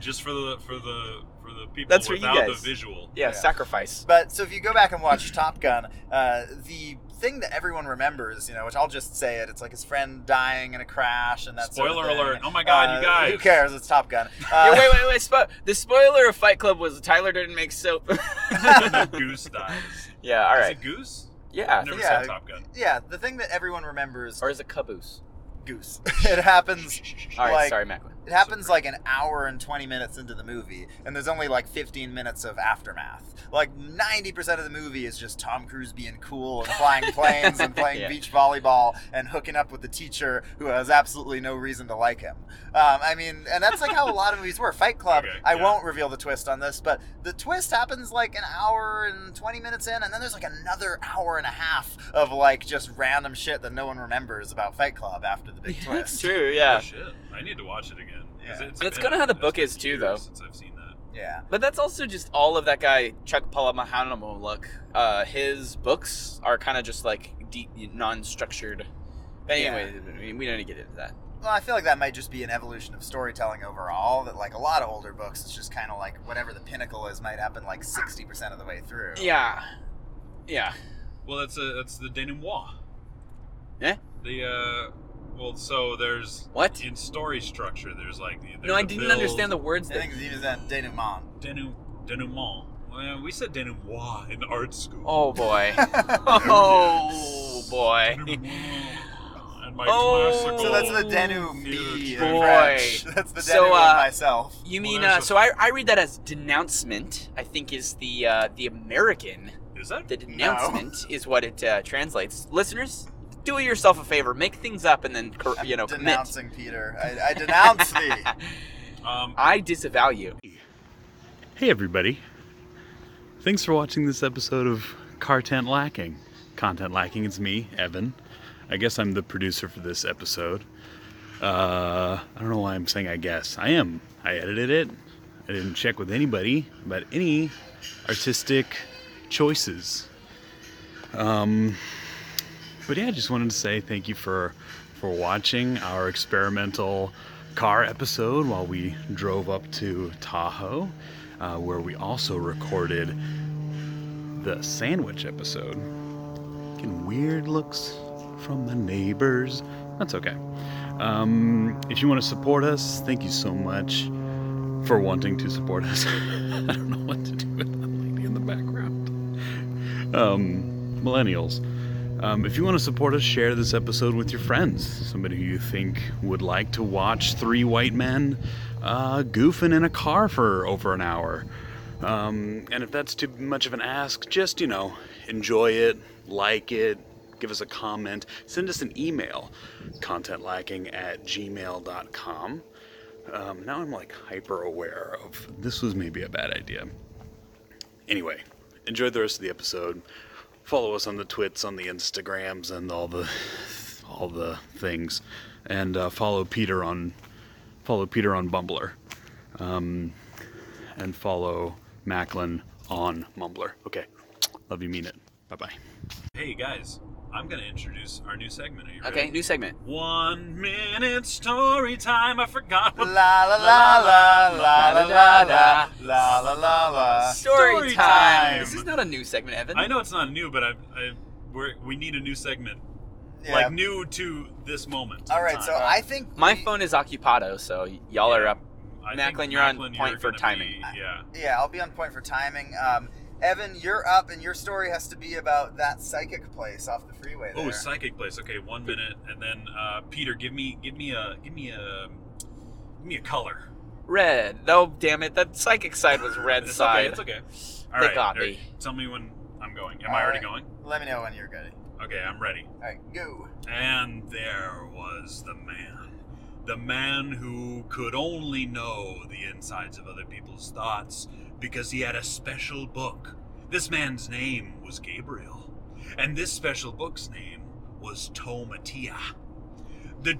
B: just for the for the for the people
C: That's for you
B: without
C: guys.
B: the visual.
C: yeah,
A: Yeah.
C: sacrifice.
A: But so if you go back and watch Top Gun, uh, the thing that everyone remembers, you know, which I'll just say it, it's like his friend dying in a crash and that. sort
B: Spoiler
A: of thing.
B: alert. Oh my God, you
A: Uh,
B: guys.
A: Who cares? It's Top Gun.
C: Yeah,
A: Uh,
C: wait, wait, wait. Spo- the spoiler of Fight Club was Tyler didn't make soap.
B: The goose dies.
C: yeah, all
B: Is
C: right.
B: it goose?
C: Yeah,
B: Never
A: yeah.
B: saw Top Gun.
A: yeah, the thing that everyone remembers
C: or is it caboose?
A: goose. it happens.
C: All right,
A: Like-
C: sorry, Macklin.
A: It happens like an hour and 20 minutes into the movie, and there's only like 15 minutes of aftermath. Like 90% of the movie is just Tom Cruise being cool and flying planes and playing
C: Yeah.
A: beach volleyball and hooking up with the teacher who has absolutely no reason to like him. Um, I mean, and that's like how a lot of movies were. Fight Club,
B: Okay,
A: I
B: yeah.
A: won't reveal the twist on this, but the twist happens like an hour and 20 minutes in, and then there's like another hour and a half of like just random shit that no one remembers about Fight Club after the big
C: That's
A: twist.
C: true.
B: Oh,
C: Yeah,
B: shit. I need to watch it again. 'Cause
A: Yeah.
C: That's
B: been-
C: kinda how the
B: it's
C: book
B: been
C: is too,
B: years
C: though.
B: Since I've seen that.
A: Yeah.
C: but that's also just all of that guy Chuck Palahniuk look. Uh, his books are kind of just like deep, non-structured. But anyway, I mean, we don't need to get into that.
A: Well, I feel like that might just be an evolution of storytelling overall. That like a lot of older books, it's just kind of like whatever the pinnacle is might happen like sixty percent of the way through.
C: Yeah, yeah.
B: Well, that's a that's the denouement.
C: Yeah?
B: The uh, well, so therere's
C: What?
B: in story structure. There's like the, there's
C: No, I
B: a
C: didn't
B: build,
C: understand the words
A: I
C: there.
A: think it's even that denouement.
B: denou denouement. Well, we said denouement in art school.
C: Oh boy. oh boy.
B: Denouement. And my
C: Oh.
B: classical.
A: So that's the
C: Oh,
A: denouement in
B: dear
A: French. That's the denouement
C: So, uh,
A: myself.
C: You
B: Well,
C: mean
B: there's
C: uh,
B: a-
C: so I, I read that as denouncement. I think is the uh, the American
B: Is that
C: the denouncement is what it uh, translates. Listeners, do yourself a favor, make things up and then cor- you know commit.
A: denouncing Peter. I, I denounce thee.
B: um?
C: I disavow you.
E: Hey, everybody. Thanks for watching this episode of Content Lacking. Content Lacking is me, Evan. I guess I'm the producer for this episode. Uh, I don't know why I'm saying I guess. I am. I edited it. I didn't check with anybody about any artistic choices. Um, but yeah, I just wanted to say thank you for, for for watching our experimental car episode while we drove up to Tahoe, uh, where we also recorded the sandwich episode. Getting weird looks from the neighbors. That's okay. Um, if you want to support us, thank you so much for wanting to support us. I don't know what to do with that lady in the background. Um, millennials. Um, if you want to support us, share this episode with your friends. Somebody who you think would like to watch three white men uh, goofing in a car for over an hour. Um, and if that's too much of an ask, just, you know, enjoy it, like it, give us a comment, send us an email, contentlacking at gmail.com. Um, now I'm like hyper aware of this was maybe a bad idea. Anyway, enjoy the rest of the episode. Follow us on the twits, on the Instagrams, and all the all the things, and uh, follow Peter on follow Peter on Bumbler, um, and follow Macklin on Mumbler. Okay, love you, mean it. Bye bye.
B: Hey guys, I'm gonna introduce our new segment. Are you ready?
C: Okay, new segment.
B: One minute story time. I forgot
A: La
B: what
A: la la la la la la la la la la la.
C: Story,
B: Uh, Story
C: time.
B: time.
C: This is not a new segment, Evan.
B: I know it's not new, but I, I we're, we need a new segment,
A: Yeah.
B: like new to this moment. in
A: All right, so
B: time.
A: I think
C: uh, My
A: we-
C: phone is occupado, so y- y'all are up.
B: I think
C: Macklin, you're on point for
B: gonna
C: timing.
B: be- yeah,
A: Yeah, I'll be on point for timing. Um, Evan, you're up, and your story has to be about that psychic place off the freeway. There.
B: Oh, psychic place. Okay, one minute, and then uh, Peter, give me, give me a, give me a, give me a color.
C: Red. Oh, damn it. That psychic side was red
B: It's
C: side.
B: okay. It's okay. All
C: They
B: right,
C: got
B: all right,
C: me.
B: Tell me when I'm going. Am
A: All
B: I already
A: right.
B: going?
A: Let me know when you're ready.
B: Okay, I'm ready.
A: All right, go.
B: And there was the man. The man who could only know the insides of other people's thoughts because he had a special book. This man's name was Gabriel, and this special book's name was Tomatia. The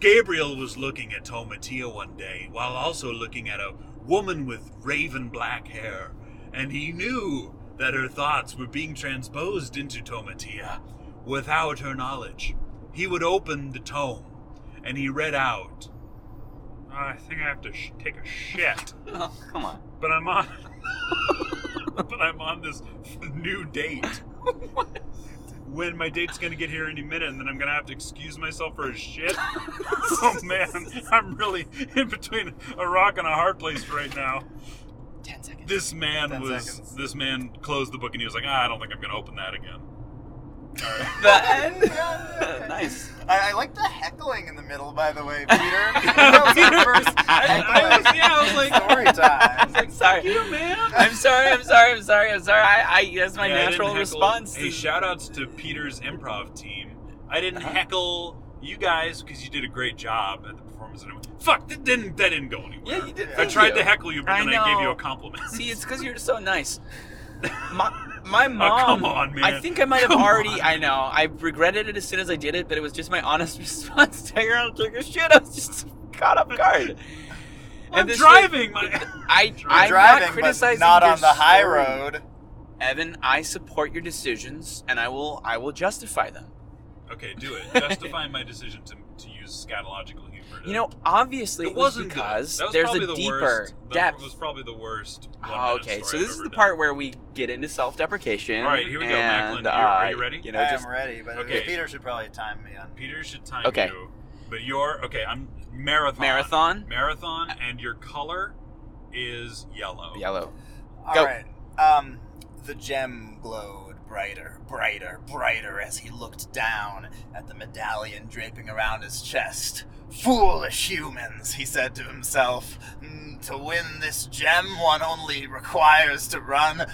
B: Gabriel was looking at Tomatia one day while also looking at a woman with raven black hair, and he knew that her thoughts were being transposed into Tomatia without her knowledge. He would open the tome and he read out. "Ah, I think I have to sh- take a shit,
C: Oh, come on.
B: but I'm on. but I'm on this new date. When my date's gonna get here any minute, and then I'm gonna have to excuse myself for a shit. oh man, I'm really in between a rock and a hard place right now.
C: Ten seconds.
B: This man
A: Ten
B: was.
A: seconds.
B: This man closed the book and he was like, ah, I don't think I'm gonna open that again. All right.
C: The end.
A: Yeah.
C: nice.
A: I, I like the heckling in the middle, by the way, Peter. that was the first
B: I was,
A: heckling.
B: yeah, I was like,
A: story time.
C: I'm sorry.
B: you, man.
C: I'm sorry. I'm sorry. I'm sorry. I'm sorry. I, I that's my
B: Yeah, I didn't
C: natural
B: heckle-
C: response.
B: Hey,
C: to-
B: shout outs to Peter's improv team. I didn't
C: Uh-huh.
B: heckle you guys because you did a great job at the performance. And I went, Fuck, that didn't that didn't go anywhere.
C: yeah, you did.
A: I
B: I
C: thank
B: tried
C: you.
B: to heckle you, but
C: I
B: then I gave you
C: know.
B: a compliment.
C: See, it's because you're so nice. My, my mom.
B: Oh, come on, man.
C: I think I might have
B: Come
C: already.
B: on.
C: I know. I regretted it as soon as I did it, but it was just my honest response to her. I took a shit. I was just caught off guard.
B: I'm
C: this
B: driving. My
C: I,
B: You're
C: I'm
A: driving,
C: not criticizing
A: but not
C: your
A: on the high
C: story.
A: road.
C: Evan, I support your decisions, and I will. I will justify them.
B: okay, do it. Justify my decision to, to use scatological humor. to-
C: You know, obviously, it,
B: it
C: was
B: wasn't good.
C: because
B: That was
C: there's
B: probably
C: a
B: the
C: deeper
B: worst,
C: depth.
B: That was probably the worst. one
C: Oh,
B: minute
C: okay, so
B: story
C: this
B: I've
C: is
B: ever
C: the
B: done.
C: part where we get into self-deprecation.
B: All right, here we go, Macklin.
C: and,
B: You're- are you
C: uh,
B: ready?
C: You know,
A: I
C: just
A: am ready, but
B: Okay.
A: Peter should probably time me on.
B: Peter should time
C: Okay.
B: you. But your okay, I'm marathon.
C: marathon.
B: Marathon, and your color is yellow.
C: Yellow.
A: All
C: Go.
A: right. Um, the gem glowed brighter, brighter, brighter as he looked down at the medallion draping around his chest. Foolish humans, he said to himself. "Mm, To win this gem, one only requires to run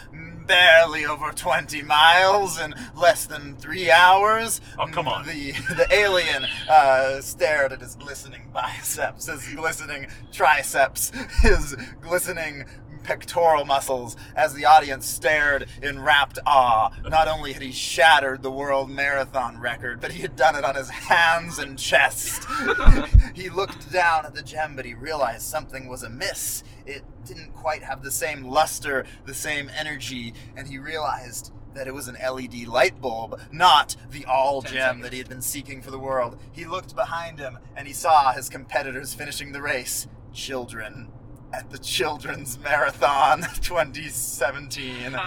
A: barely over 20 miles in less than three hours.
B: Oh, come on.
A: The, the alien uh, stared at his glistening biceps, his glistening triceps, his glistening pectoral muscles as the audience stared in rapt awe. Not only had he shattered the world marathon record, but he had done it on his hands and chest. he looked down at the gem, but he realized something was amiss. It didn't quite have the same luster, the same energy, and he realized that it was an LED light bulb, not the all
F: Ten
A: gem
F: seconds.
A: that he had been seeking for the world. He looked behind him and he saw his competitors finishing the race. Children at the Children's Marathon 2017.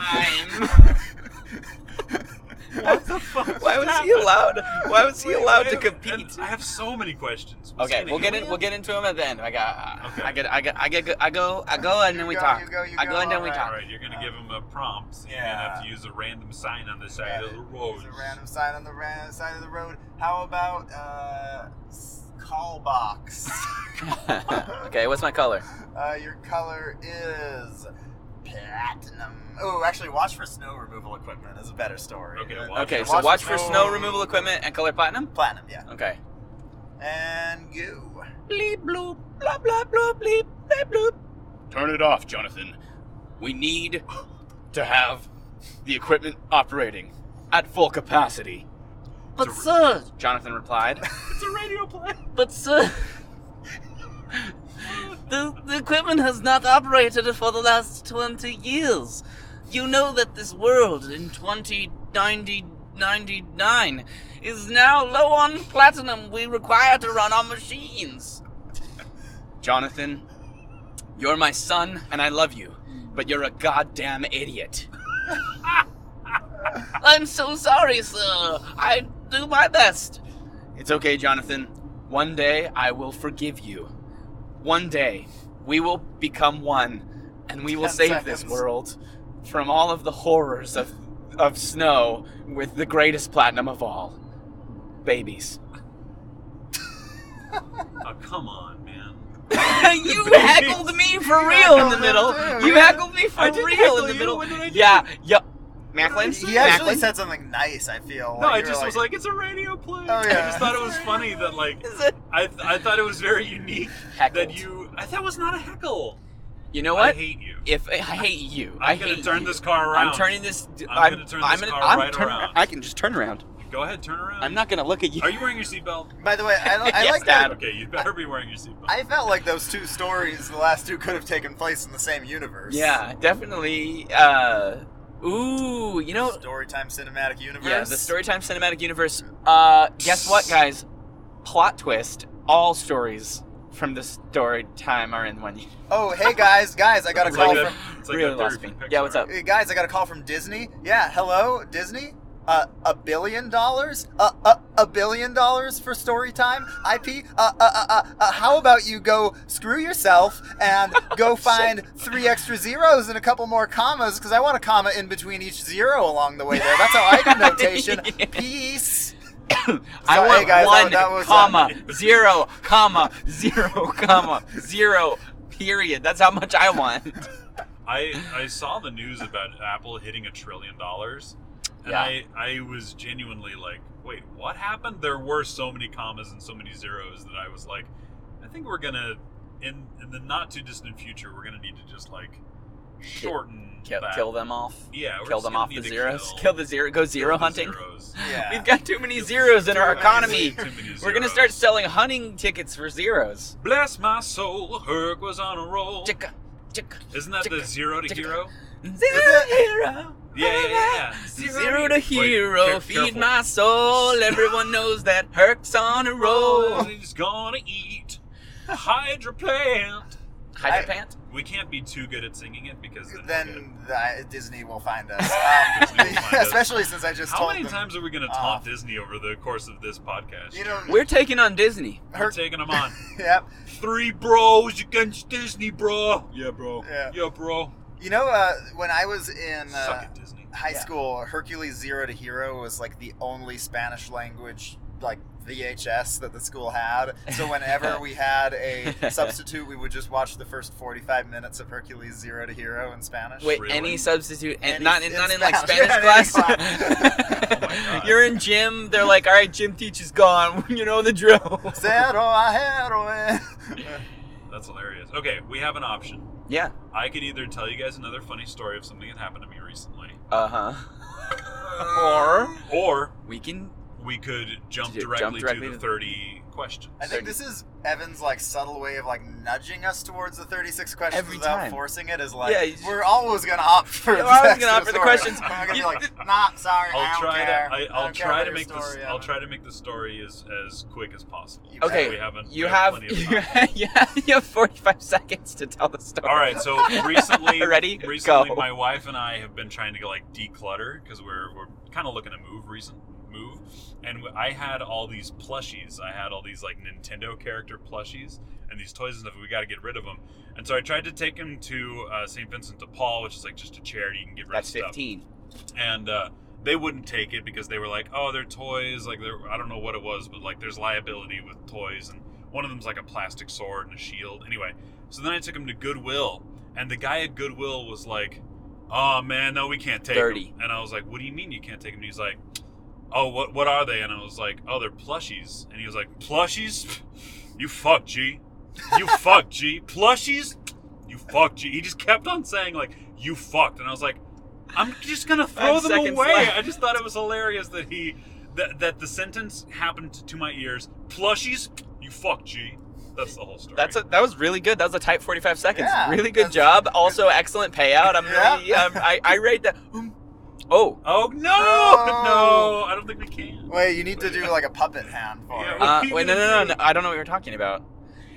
C: What the fuck? Why was he allowed? Why was he allowed to
B: Wait, wait,
C: compete?
B: and I have so many questions. What's
C: Okay,
B: gonna
C: we'll get
B: happen?
C: in. We'll get into him at the end. I got.
B: Okay.
C: I get. I get. I get. I go. I go, and then
A: You
C: we
A: go,
C: talk.
A: you go, you
C: I go,
A: go,
C: and then we
A: alright.
B: All
C: talk.
B: right, you're gonna give him a prompt. and You're
A: Yeah.
B: gonna have to use a random sign on the side of the
A: Use
B: road.
A: a random sign on the random side of the road. How about uh, s- call box?
C: okay, what's my color?
A: uh, your color is platinum. Oh, actually, watch for snow removal equipment is a better story.
B: Okay,
A: Uh,
B: watch
C: Okay,
B: for-
C: so
A: watch
C: watch
A: for
C: for
A: snow
C: snow
A: removal
C: removal equipment and color platinum.
A: platinum, yeah.
C: Okay.
A: And you.
C: Bleep bloop blah blah blah bleep bleep bloop.
G: Turn it off, Jonathan. We need to have the equipment operating at full capacity.
D: But sir,
C: Jonathan replied.
D: but sir, the, the equipment has not operated for the last 20 years. You know that this world in
C: 2099 is now low on platinum we require to run our machines. Jonathan, you're my son and I love you, but you're a goddamn idiot.
D: I'm so sorry, sir. I do my best.
C: It's okay, Jonathan. One day I will forgive you. One day we will become one and we will
A: Ten
C: save this
A: seconds.
C: world from all of the horrors of of snow with the greatest platinum of all. Babies.
B: Oh, come on, man.
C: you heckled me for real in the middle. You heckled me for
B: I didn't
C: real
B: heckle
C: in the
B: you.
C: middle.
B: What did I do?
C: Yeah, yep. Macklin?
A: He actually
C: Macklin?
A: said something nice, I feel.
B: No,
A: Like,
B: I
A: you were
B: just was like, it's a radio play.
A: Oh,
B: I
A: yeah.
B: just thought it was funny that like
C: Is it-
B: I, th- I thought it was very unique
C: Heckled.
B: that you. I, that was not a heckle.
C: You know
B: I
C: what?
B: hate you.
C: If I hate you,
B: I'm
C: I
B: gonna
C: hate
B: turn
C: you.
B: this car around.
C: I'm turning this.
B: I'm gonna turn this car right around.
C: I can just turn around.
B: Go ahead, turn around.
C: I'm not gonna look at you.
B: Are you wearing your seatbelt?
A: By the way, I, I
C: Yes,
A: like that.
C: Adam.
B: Okay, you better be wearing your seatbelt.
A: I felt like those two stories, the last two, could have taken place in the same universe.
C: Yeah, definitely. Uh, oough, you know,
A: Storytime cinematic universe.
C: yeah, the Storytime Cinematic Universe. Uh, guess what, guys? Plot twist: all stories from the Storytime are in one.
A: Oh, hey guys, guys, I got a
B: It's
A: call
B: like
A: from.
B: that- it's like
C: Really
B: that third
C: lost me.
B: from
C: Yeah, what's
B: Pixar.
C: up?
A: Hey, guys, I got a call from Disney. Yeah, hello, Disney. Uh, a billion dollars? Uh, uh, a billion dollars for story time? IP? Uh, uh, uh, uh, uh, how about you go screw yourself and
B: Oh,
A: go find three extra zeros and a couple more commas because I want a comma in between each zero along the way there. That's how I do notation.
C: Yeah.
A: Peace.
C: I
A: Sorry,
C: want
A: guys, that-
C: one
A: that was, uh,
C: comma zero comma zero comma zero period. That's how much I want.
B: I, I saw the news about Apple hitting a trillion dollars, and
C: Yeah.
B: I, I was genuinely like, wait, what happened? There were so many commas and so many zeros that I was like, I think we're gonna in in the not too distant future, we're gonna need to just like shorten
C: Kill,
B: that.
C: kill them off.
B: Yeah, we're
C: kill
B: just
C: them
B: gonna
C: off
B: need to
C: the zeros. Kill,
B: kill-
C: the zero. Go zero
B: kill the
C: hunting.
B: zeros.
A: Yeah.
C: We've got too many zeros in our
A: Too many
C: economy.
B: Too many
C: We're gonna
B: zeros.
C: start selling hunting tickets for zeros.
B: Bless my soul, Herc was on a roll.
C: Chicka, chicka.
B: Isn't that the
C: chicka,
B: zero to
C: chicka.
B: hero?
C: Zero hero.
B: Yeah, yeah, yeah, yeah.
C: Zero to hero,
B: Wait, care-
C: feed
B: careful.
C: my soul. Everyone knows that Herc's on a roll.
B: He's gonna eat hydroplant.
C: Hydropant.
B: We can't be too good at singing it because then. we'll get
A: Then the, uh, Disney will find us. Um,
B: Disney will find us.
A: especially since I
B: it.
A: just
B: How
A: told
B: many
A: them.
B: times are we gonna
A: uh,
B: taunt Disney over the course of this podcast?
A: You know,
C: We're taking on Disney.
B: We're taking them on.
A: yep.
B: Three bros against Disney, bro. Yeah, bro.
A: Yeah.
B: yeah bro.
A: You know, uh, when I was in
B: Suck
A: uh,
B: it, Disney.
A: high school, Hercules Zero to Hero was like the only Spanish language like VHS that the school had. So whenever we had a substitute, we would just watch the first forty-five minutes of Hercules Zero to Hero in Spanish.
C: Wait,
B: Really?
C: any substitute? And
A: Any-
C: not in,
A: in
C: not in like
A: Spanish.
C: Spanish
A: Yeah, in
C: class. Oh
B: God.
C: You're in gym. They're like, all right, gym teacher's gone. You know the drill.
A: Zero a hero.
B: That's hilarious. Okay, we have an option.
C: Yeah.
B: I could either tell you guys another funny story of something that happened to me recently,
C: Uh huh. Or
B: or
C: Uh-huh. we can
B: we could jump
C: Ju- jump
B: directly,
C: directly
B: to the
C: to-
B: 30 questions.
A: I think this is Evan's like subtle way of like nudging us towards the 36 questions
C: Every
A: without
C: time.
A: forcing it. Is like
C: Yeah, you-
A: we're always gonna opt for.
C: Yeah,
A: the
C: we're always
A: best
C: gonna opt for the
A: story.
C: questions.
A: I'm not gonna be
C: You-
A: like, not sorry. I don't
B: I'll try
A: care.
B: to I,
A: don't
B: I'll
A: care
B: try
A: about
B: to
A: your
B: make this
A: story,
B: I'll
A: Evan."
B: try to make the story as as quick as possible.
A: You
C: Okay,
B: we haven't.
C: You
B: we
C: have
B: plenty of
C: you
B: time.
C: have, you have 45 seconds to tell the story.
B: All right, so recently,
C: Ready?
B: recently,
C: Go.
B: my wife and I have been trying to like declutter because we're we're kind of looking to move recent move, and I had all these plushies. I had all these like Nintendo character plushies and these toys and stuff. We got to get rid of them, and so I tried to take them to uh, St. Vincent de Paul, which is like just a charity you can get rid
C: That's
B: of stuff
C: 15.
B: and uh, they wouldn't take it because they were like, "Oh, they're toys. Like, they're, I don't know what it was, but like, there's liability with toys." And one of them's like a plastic sword and a shield. Anyway, so then I took him to Goodwill, and the guy at Goodwill was like, "Oh man, no, we can't take
C: Dirty.
B: them." And I was like, "What do you mean you can't take them?" And he's like, "Oh, what what are they?" And I was like, "Oh, they're plushies." And he was like, "Plushies? You fuck, G. You fuck, G. Plushies? You fuck, G." He just kept on saying like, "You fucked," and I was like. I'm just gonna throw
C: Five
B: them away.
C: seconds left.
B: I just thought it was hilarious that he that, that the sentence happened to my ears. Plushies, you fuck G. That's the whole story.
C: That's a, that was really good. That was a tight 45 seconds.
A: Yeah,
C: really
A: that's-
C: good job. Also excellent payout. I'm
A: Yeah.
C: really um, I I rate that. Um, oh,
B: oh no,
A: No.
B: no! I don't think we can.
H: Oh,
A: Wait, you need to do like a puppet hound for
B: Yeah,
A: it.
C: uh, wait, no, no, no, no, I don't know what you're talking about.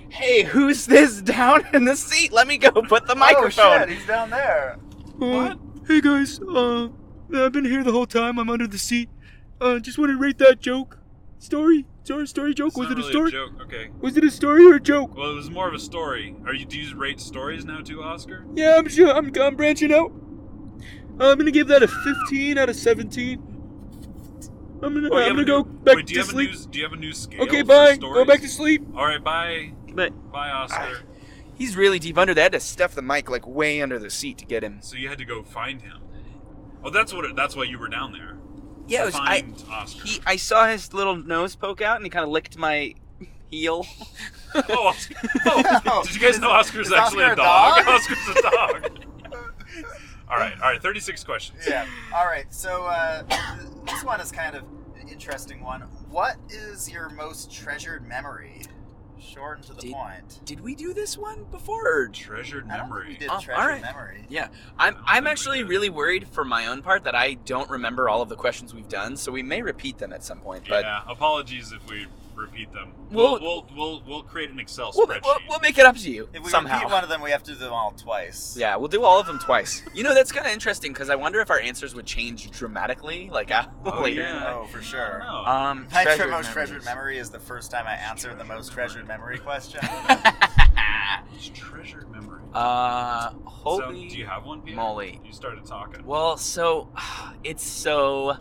C: Hey, who's this down in the seat? Let me go put the
A: Oh
C: microphone.
A: shit, he's down there.
B: What?
H: Hey guys, uh, I've been here the whole time. I'm under the seat. Uh, just want to rate that joke. Story? Sorry, story joke?
B: It's
H: was
B: not
H: it a
B: really
H: story?
B: joke. Okay.
H: was it a story or a joke?
B: Well, it was more of a story. Are you do you rate stories now too, Oscar?
H: Yeah, I'm sure. I'm, I'm branching out. I'm gonna give that a 15 out of 17. I'm gonna,
B: Oh, you
H: I'm
B: have
H: gonna
B: a
H: go
B: new-
H: back
B: Wait, do you
H: to
B: have
H: sleep.
B: a new do you have a new scale?
H: Okay,
B: for
H: bye. Go
B: stories?
H: back to sleep.
B: All right, bye.
C: But
B: Bye,
C: Ah.
B: Oscar.
C: he's really deep under. They had to stuff the mic like way under the seat to get him.
B: So you had to go find him. Oh, that's what. It, that's why you were down there. to
C: Yeah, it was, I
B: find Oscar.
C: he I saw his little nose poke out and he kind of licked my heel.
B: Oh, Oscar. Oh, did you guys know Oscar's actually
A: Oscar
B: a
A: a
B: dog?
A: dog?
B: Oscar's a dog. all right, all right. Thirty-six questions.
A: Yeah. All right. So uh, this one is kind of an interesting one. What is your most treasured memory? Short and to the
C: Did-
A: point.
C: Did we do this one before? Or
B: Treasured
A: I don't think we
B: memory.
A: did
C: Oh,
A: treasured
C: alright.
A: memory.
C: Yeah, I'm.
B: don't think
C: I'm
B: we
C: actually
B: did.
C: really worried for my own part that I don't remember all of the questions we've done, so we may repeat them at some point. But
B: yeah. Apologies if we repeat them.
C: We'll-
B: We'll we'll we'll, we'll create an Excel
C: we'll,
B: spreadsheet.
C: we'll, we'll make it up to you
A: If we
C: somehow.
A: repeat one of them, we have to do them all twice.
C: Yeah, we'll do all of them twice. You know, that's kind of interesting because I wonder if our answers would change dramatically, like uh,
B: Oh,
C: later.
B: yeah.
A: Oh, for sure.
B: No.
C: Um,
A: My
C: treasured
A: most treasured
C: memories.
A: memory is the first time I answered the most treasured memory question.
B: it's treasured memory.
C: Uh,
B: so,
C: holy.
B: do you have one? Peter?
C: moly.
B: You started talking.
C: well, so it's so.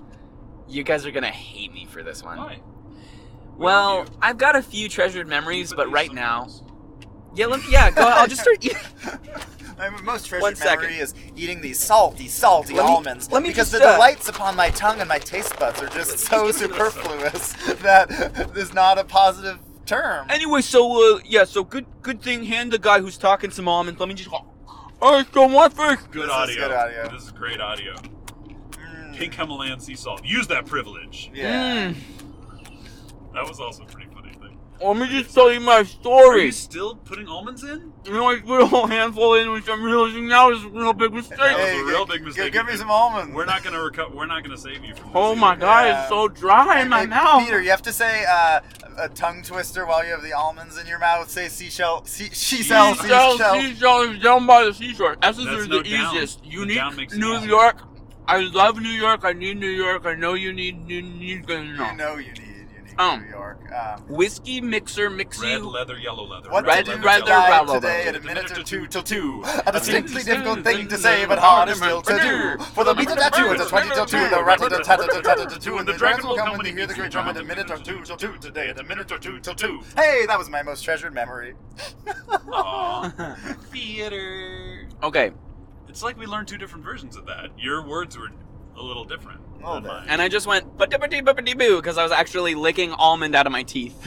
C: You guys are gonna hate me for this one.
B: Why?
C: Well,
B: love you.
C: I've got a few treasured memories,
B: Keep it
C: but
B: these
C: right
B: somewhere
C: now,
B: else.
C: yeah, let me, yeah, go. I'll just start.
A: My most treasured
C: One second.
A: memory is eating these salty, salty
C: Let me-
A: almonds.
C: let me
A: because
C: just,
A: the
C: uh,
A: delights upon my tongue and my taste buds are just so superfluous that is not a positive term.
C: Anyway, so uh, yeah, so good good thing hand the guy who's talking some almonds. Let me just. I still want fish.
A: This
B: Good
A: is
B: audio.
A: good audio.
B: This is great audio.
A: Mm,
B: Pink Mm. Himalayan sea salt. Use that privilege.
A: yeah.
B: That was also a pretty funny thing.
C: Hmm, Let me just tell you my
B: Are
C: story.
B: you still putting almonds in?
C: You know, I put a whole handful in, which I'm realizing now is a real big
B: That was
C: mistake.
A: Hey,
B: a real
A: g-
B: big
A: g-
B: mistake.
A: give me some almonds.
B: We're not gonna reco- We're not gonna save you from. This
C: Oh my
B: either.
C: god,
A: Yeah.
C: it's so dry in my
A: Hey,
C: mouth.
A: Peter, you have to say uh, a tongue twister while you have the almonds in your mouth. Say seashell, sea, she sell,
C: Seashell,
A: seashell.
C: seashell is down by the seashore. S's
B: That's
C: are
B: no
C: the
B: down.
C: easiest. You
B: The
C: need
B: down makes it
C: New
B: easier.
C: York. I love New York. I need New York. I know you need you need good
A: You
C: enough.
A: know you need, you need
C: Um,
A: New York. Um,
C: Whiskey mixer mixie.
B: Red leather, yellow leather.
A: what
C: Red-
A: to do
C: red-
A: to
C: red-
A: die
C: red-
A: today
C: red-
A: in a minute or two till two.
B: I
A: A distinctly difficult thing to say, but hard is still to do. For the beat of that two, it's a twenty till two, the rattle till tatter till tatter till two, and the dragons will come when they hear the great drum in a minute or two till two today, in a minute or two till two. Hey, that was my most treasured memory.
F: Theater.
C: Okay,
B: It's like we learned two different versions of that. Your words were a little different.
A: A little
B: than
A: bit.
B: mine.
C: and I just went ba boo because I was actually licking almond out of my teeth.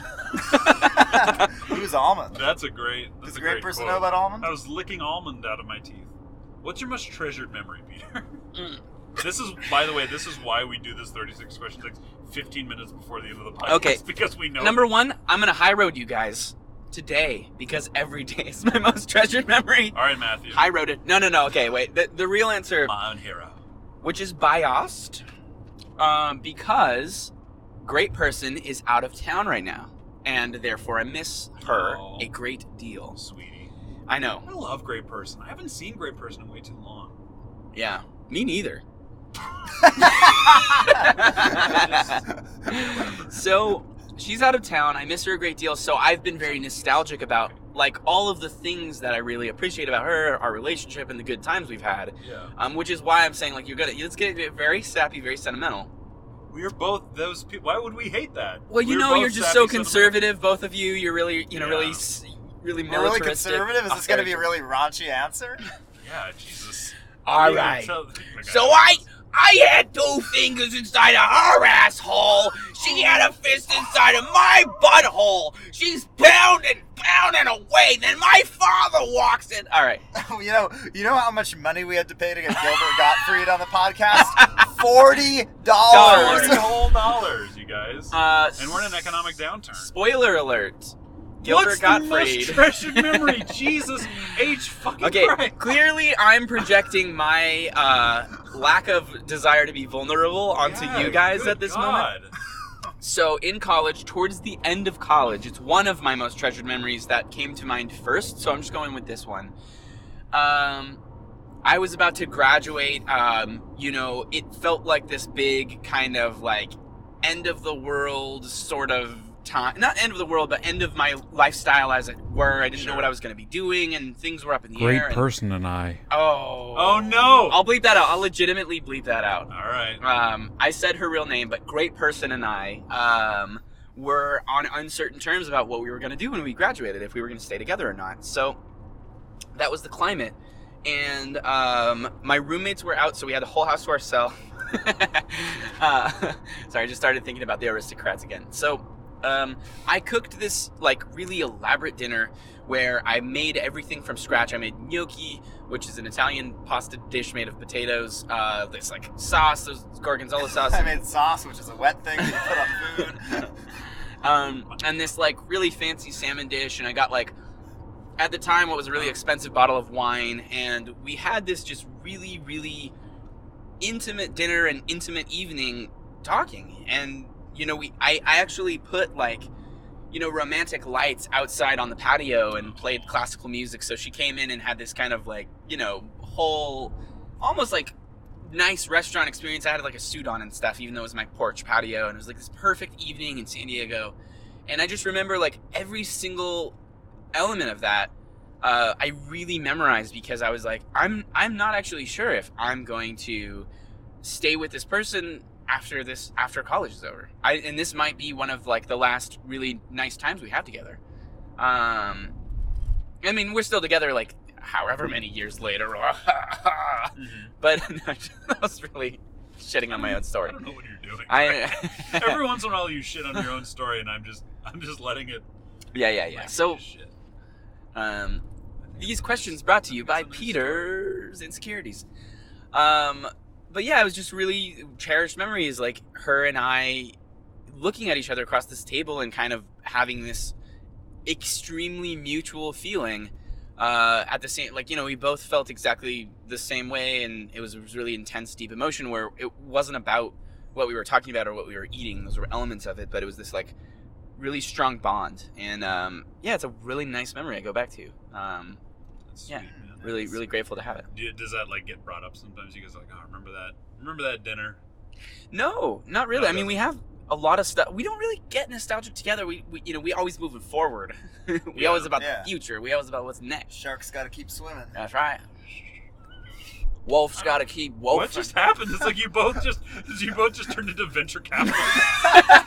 A: Who's almond?
B: That's a great. That's
A: Does
B: a
A: a great
B: great
A: person
B: quote.
A: know about almonds?
B: I was licking almond out of my teeth. What's your
C: Mm.
B: most treasured memory, Peter? this is, by the way, this is why we do this 36 question thing. 15 minutes before the end of the podcast
C: Okay.
B: because we know
C: Number one, I'm gonna high road you guys today because every day is my most treasured memory.
B: All right, Matthew.
C: High road it. No, no, no. Okay, wait. The, the real answer,
B: my own hero.
C: which is Biost, um, because great person is out of town right now, and therefore I miss her
B: Oh.
C: a great deal.
B: Sweetie.
C: I know.
B: I love Great Person. I haven't seen Great Person in way too long.
C: Yeah. Me neither. so she's out of town. I miss her a great deal. So I've been very nostalgic about like all of the things that I really appreciate about her, our relationship, and the good times we've had.
B: Yeah.
C: Um, which is why I'm saying like you're gonna let's get very sappy, very sentimental.
B: We're both those people. Why would we hate that?
C: Well, you
B: We're
C: know
B: both
C: you're just
B: sappy
C: so
B: cinema-
C: conservative, both of you. You're really you know really
B: Yeah.
C: s- really
A: We're really
C: militaristic.
A: conservative. Is this going to be a
C: authority-
A: really raunchy answer?
B: Yeah, Jesus.
G: All
B: You can
G: right.
B: tell- Oh my God.
G: So I I had two fingers inside of her asshole. She had a fist inside of my butthole. She's pounding, pounding away. Then my father walks in.
C: All right.
A: you know, you know how much money we had to pay to get Gilbert Gottfried on the podcast? Forty dollars.
B: Forty whole dollars, you guys.
C: Uh,
B: and we're in an economic downturn.
C: Spoiler alert. Gilbert
B: What's
C: Gottfried.
B: the most treasured memory? Jesus H. Fucking
C: Okay,
B: Christ.
C: clearly I'm projecting my uh, lack of desire to be vulnerable onto
B: Yeah,
C: you guys
B: good
C: at this moment.
B: God.
C: So in college, towards the end of college, it's one of my most treasured memories that came to mind first. So I'm just going with this one. Um, I was about to graduate. Um, you know, it felt like this big kind of like end of the world sort of time. Not end of the world, but end of my lifestyle as it were. I didn't know what I was going to be doing, and things were up in the
E: Great
C: air. and-
E: person and I.
C: oh.
B: Oh no.
C: I'll bleep that out. I'll legitimately bleep that out.
B: All right.
C: Um, I said her real name, but great person and I um, were on uncertain terms about what we were going to do when we graduated, if we were going to stay together or not. So that was the climate. And um, my roommates were out, so we had the whole house to ourselves. uh, sorry, I just started thinking about the aristocrats again. So um, I cooked this like really elaborate dinner where I made everything from scratch. I made gnocchi, which is an Italian pasta dish made of potatoes. Uh, this like sauce, those gorgonzola sauce.
A: I made sauce, which is a wet thing that you put on food.
C: um, and this like really fancy salmon dish, and I got like at the time what was a really expensive bottle of wine, and we had this just really really intimate dinner and intimate evening talking, and you know we I, I actually put like you know romantic lights outside on the patio and played classical music, so she came in and had this kind of like you know whole almost like nice restaurant experience. I had like a suit on and stuff, even though it was my porch patio, and it was like this perfect evening in San Diego. And I just remember like every single element of that. Uh, I really memorized because I was like, I'm I'm not actually sure if I'm going to stay with this person after this after college is over. I, and this might be one of like the last really nice times we have together. Um, I mean, we're still together like however many years later. But no, that was really shitting on my own
B: I
C: story.
B: don't know what you're doing.
C: I
B: Every once in a while, you shit on your own story, and I'm just, I'm just letting it.
C: yeah yeah yeah.
B: like,
C: So
B: shit.
C: um, these questions brought to you by Peter's insecurities. Um, but yeah, it was just really cherished memories, like her and I looking at each other across this table and kind of having this extremely mutual feeling. Uh, at the same, like you know, we both felt exactly the same way, and it was, it was really intense, deep emotion where it wasn't about what we were talking about or what we were eating; those were elements of it, but it was this like really strong bond, and um, yeah, it's a really nice memory I go back to. Um,
B: That's
C: Yeah.
B: sweet, man.
C: really,
B: That's-
C: really grateful to have it.
B: Do- Does that like get brought up sometimes? You guys are like, oh, remember that? Remember that dinner?
C: No, not really.
B: No, it
C: I mean, we have a lot of stuff. We don't really get nostalgic together. We, we you know, we always moving forward. we
B: Yeah.
C: always about
A: Yeah.
C: the future. We always about what's next.
A: Sharks got to keep swimming.
C: That's right. Wolf's got to keep wolfing.
B: Uh, what just happened? It's like you both just, you both just turned into venture capitalists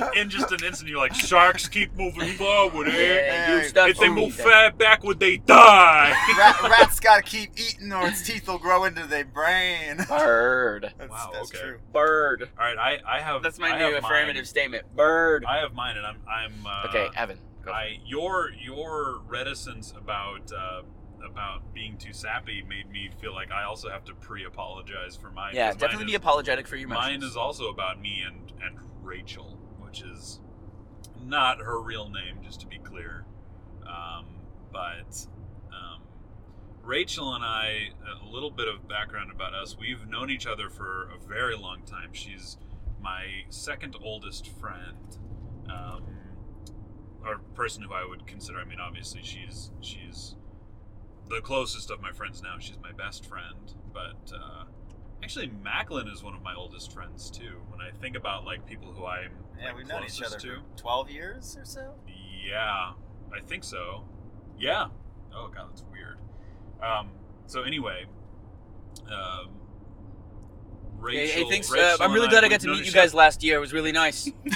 B: like, in just an instant. You're like, sharks keep moving forward. Eh?
C: yeah, you
A: Hey,
C: stuck
B: If they
C: on
B: move
C: that.
B: fat backward, they die.
A: Rat, rats got to keep eating, or its teeth will grow into their brain.
C: Bird.
A: That's,
B: Wow,
A: that's
B: okay.
A: true.
C: Bird.
B: All right, I, I have.
C: That's my
B: I
C: new
B: have mine.
C: affirmative statement. Bird.
B: I have mine, and I'm, I'm. Uh,
C: okay, Evan. Go.
B: I your your reticence about uh, about being too sappy made me feel like I also have to pre-apologize for mine.
C: yeah,
B: 'cause mine
C: definitely be
B: is-
C: apologetic for your
B: Mine
C: emotions.
B: is also about me and and Rachel, which is not her real name, just to be clear. Um, but um, Rachel and I, a little bit of background about us. We've known each other for a very long time. She's my second oldest friend, um, or person who I would consider. I mean, obviously, she's she's the closest of my friends now. She's my best friend, but. Uh, Actually, Macklin is one of my oldest friends too. When I think about like people who I'm
A: Yeah,
B: like,
A: we've known each
B: closest
A: other
B: to,
A: for 12 years or so.
B: yeah, I think so. Yeah. Oh god, that's weird. Um. So anyway, um,
C: Hey,
B: Rachel.
C: hey, thanks.
B: Rachel
C: Uh, I'm
B: and
C: really
B: I-
C: glad I
B: we've
C: got to
B: known
C: meet you
B: each
C: guys
B: other-
C: last year. It was really nice.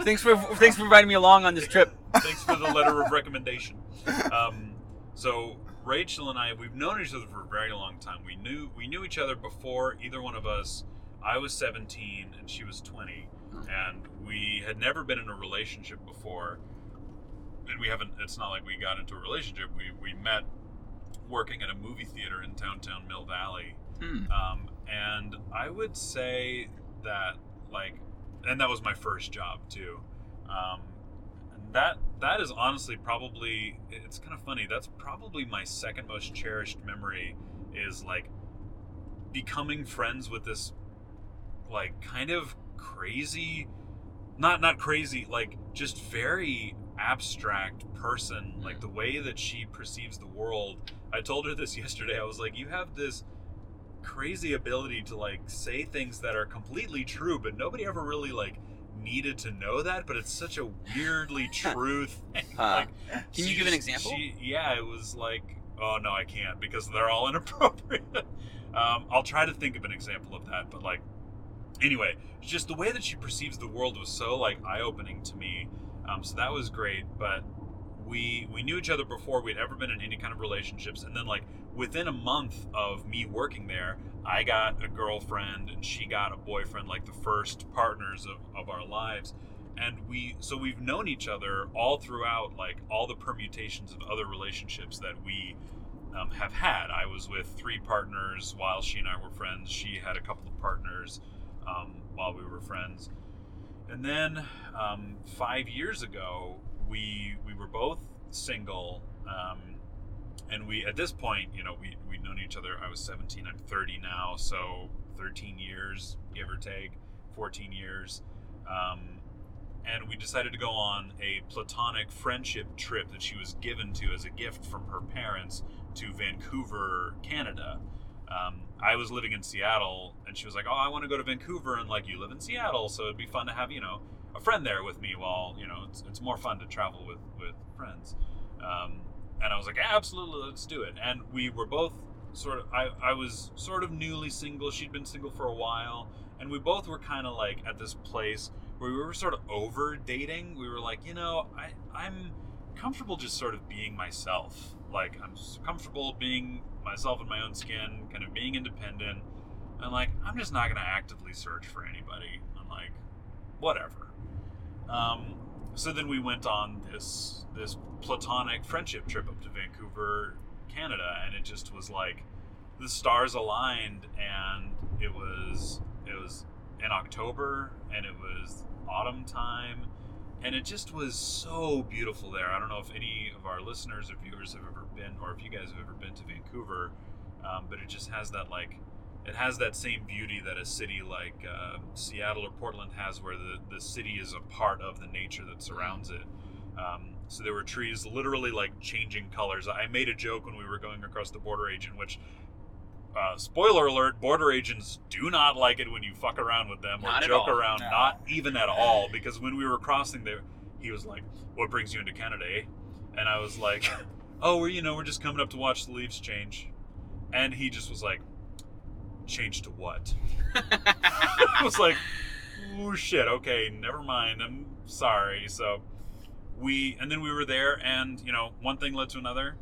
C: thanks for thanks for inviting me along on this trip.
B: Thanks for the letter of recommendation. Um, so Rachel and I, we've known each other for a very long time. We knew we knew each other before either one of us. I was 17 and she was 20, and we had never been in a relationship before. And we haven't. It's not like we got into a relationship. We we met working at a movie theater in downtown Mill Valley.
C: Hmm.
B: Um, and I would say that like, and that was my first job too. Um, and that that is honestly probably it's kind of funny. That's probably my second most cherished memory is like becoming friends with this like kind of crazy not not crazy like just very abstract person like the way that she perceives the world i told her this yesterday i was like you have this crazy ability to like say things that are completely true but nobody ever really like needed to know that but it's such a weirdly true thing
C: Huh.
B: like,
C: Can you
B: she
C: give an
B: just-
C: example?
B: she- yeah, it was like, oh no, I can't because they're all inappropriate. um, I'll try to think of an example of that, but like, anyway, just the way that she perceives the world was so like eye-opening to me. Um, so that was great, but we we knew each other before we'd ever been in any kind of relationships, and then like within a month of me working there, I got a girlfriend and she got a boyfriend, like the first partners of, of our lives. And we, so we've known each other all throughout, like all the permutations of other relationships that we um, have had. I was with three partners while she and I were friends. She had a couple of partners um, while we were friends. And then um, five years ago, we we were both single, um, and we at this point, you know, we we'd known each other. I was 17. I'm 30 now, so 13 years, give or take, 14 years. Um, and we decided to go on a platonic friendship trip that she was given to as a gift from her parents to Vancouver, Canada. Um, I was living in Seattle, and she was like, "Oh, I want to go to Vancouver," and like, "You live in Seattle, so it'd be fun to have you know a friend there with me." While you know, it's, it's more fun to travel with with friends. Um, and I was like, "Absolutely, let's do it." And we were both sort of. I I was sort of newly single. She'd been single for a while, and we both were kind of like at this place where we were sort of over dating. We were like, you know, I, I'm comfortable just sort of being myself. Like, I'm s- comfortable being myself in my own skin, kind of being independent. And like, I'm just not going to actively search for anybody. I'm like, whatever. Um, so then we went on this this platonic friendship trip up to Vancouver, Canada, and it just was like the stars aligned, and it was it was in October and it was autumn time and it just was so beautiful there. I don't know if any of our listeners or viewers have ever been or if you guys have ever been to Vancouver, um, but it just has that like it has that same beauty that a city like uh, Seattle or Portland has where the, the city is a part of the nature that surrounds it. Um, so there were trees literally like changing colors. I made a joke when we were going across the border agent, which uh, spoiler alert, border agents do not like it when you fuck around with them or
C: Not at
B: joke
C: all.
B: around,
A: No.
B: not even at all. Because when we were crossing there, he was like, What brings you into Canada, eh? And I was like, Oh, we're, you know, we're just coming up to watch the leaves change. And he just was like, Change to what? I was like, Oh shit, okay, never mind. I'm sorry. So we, and then we were there, and, you know, one thing led to another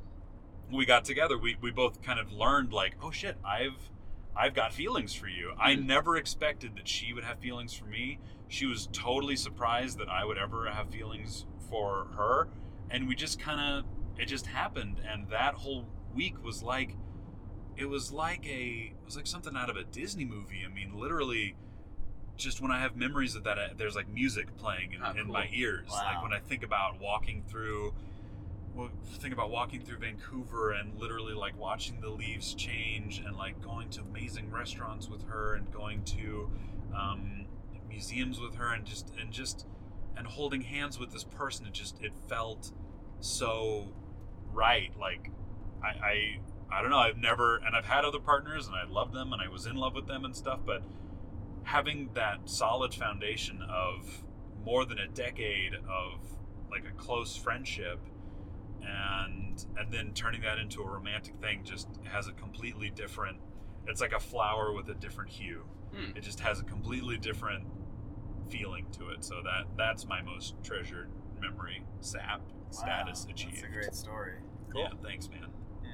B: we got together we, we both kind of learned like oh shit i've i've got feelings for you i never expected that she would have feelings for me she was totally surprised that i would ever have feelings for her and we just kind of it just happened, and that whole week was like, it was like a, it was like something out of a Disney movie. I mean, literally, just when I have memories of that, I- there's like music playing in,
C: Oh,
B: in
C: cool.
B: my ears.
A: Wow.
B: Like when I think about walking through, well, think about walking through Vancouver and literally like watching the leaves change and like going to amazing restaurants with her and going to um, museums with her and just and just and holding hands with this person. It just it felt so right. Like I. I I don't know. I've never, and I've had other partners, and I loved them, and I was in love with them and stuff. But having that solid foundation of more than a decade of like a close friendship and and then turning that into a romantic thing just has a completely different it's like a flower with a different hue
C: Hmm.
B: it just has a completely different feeling to it so that that's my most treasured memory sap status
A: Wow,
B: achieved
A: That's a great story.
B: yeah thanks man
A: Yeah.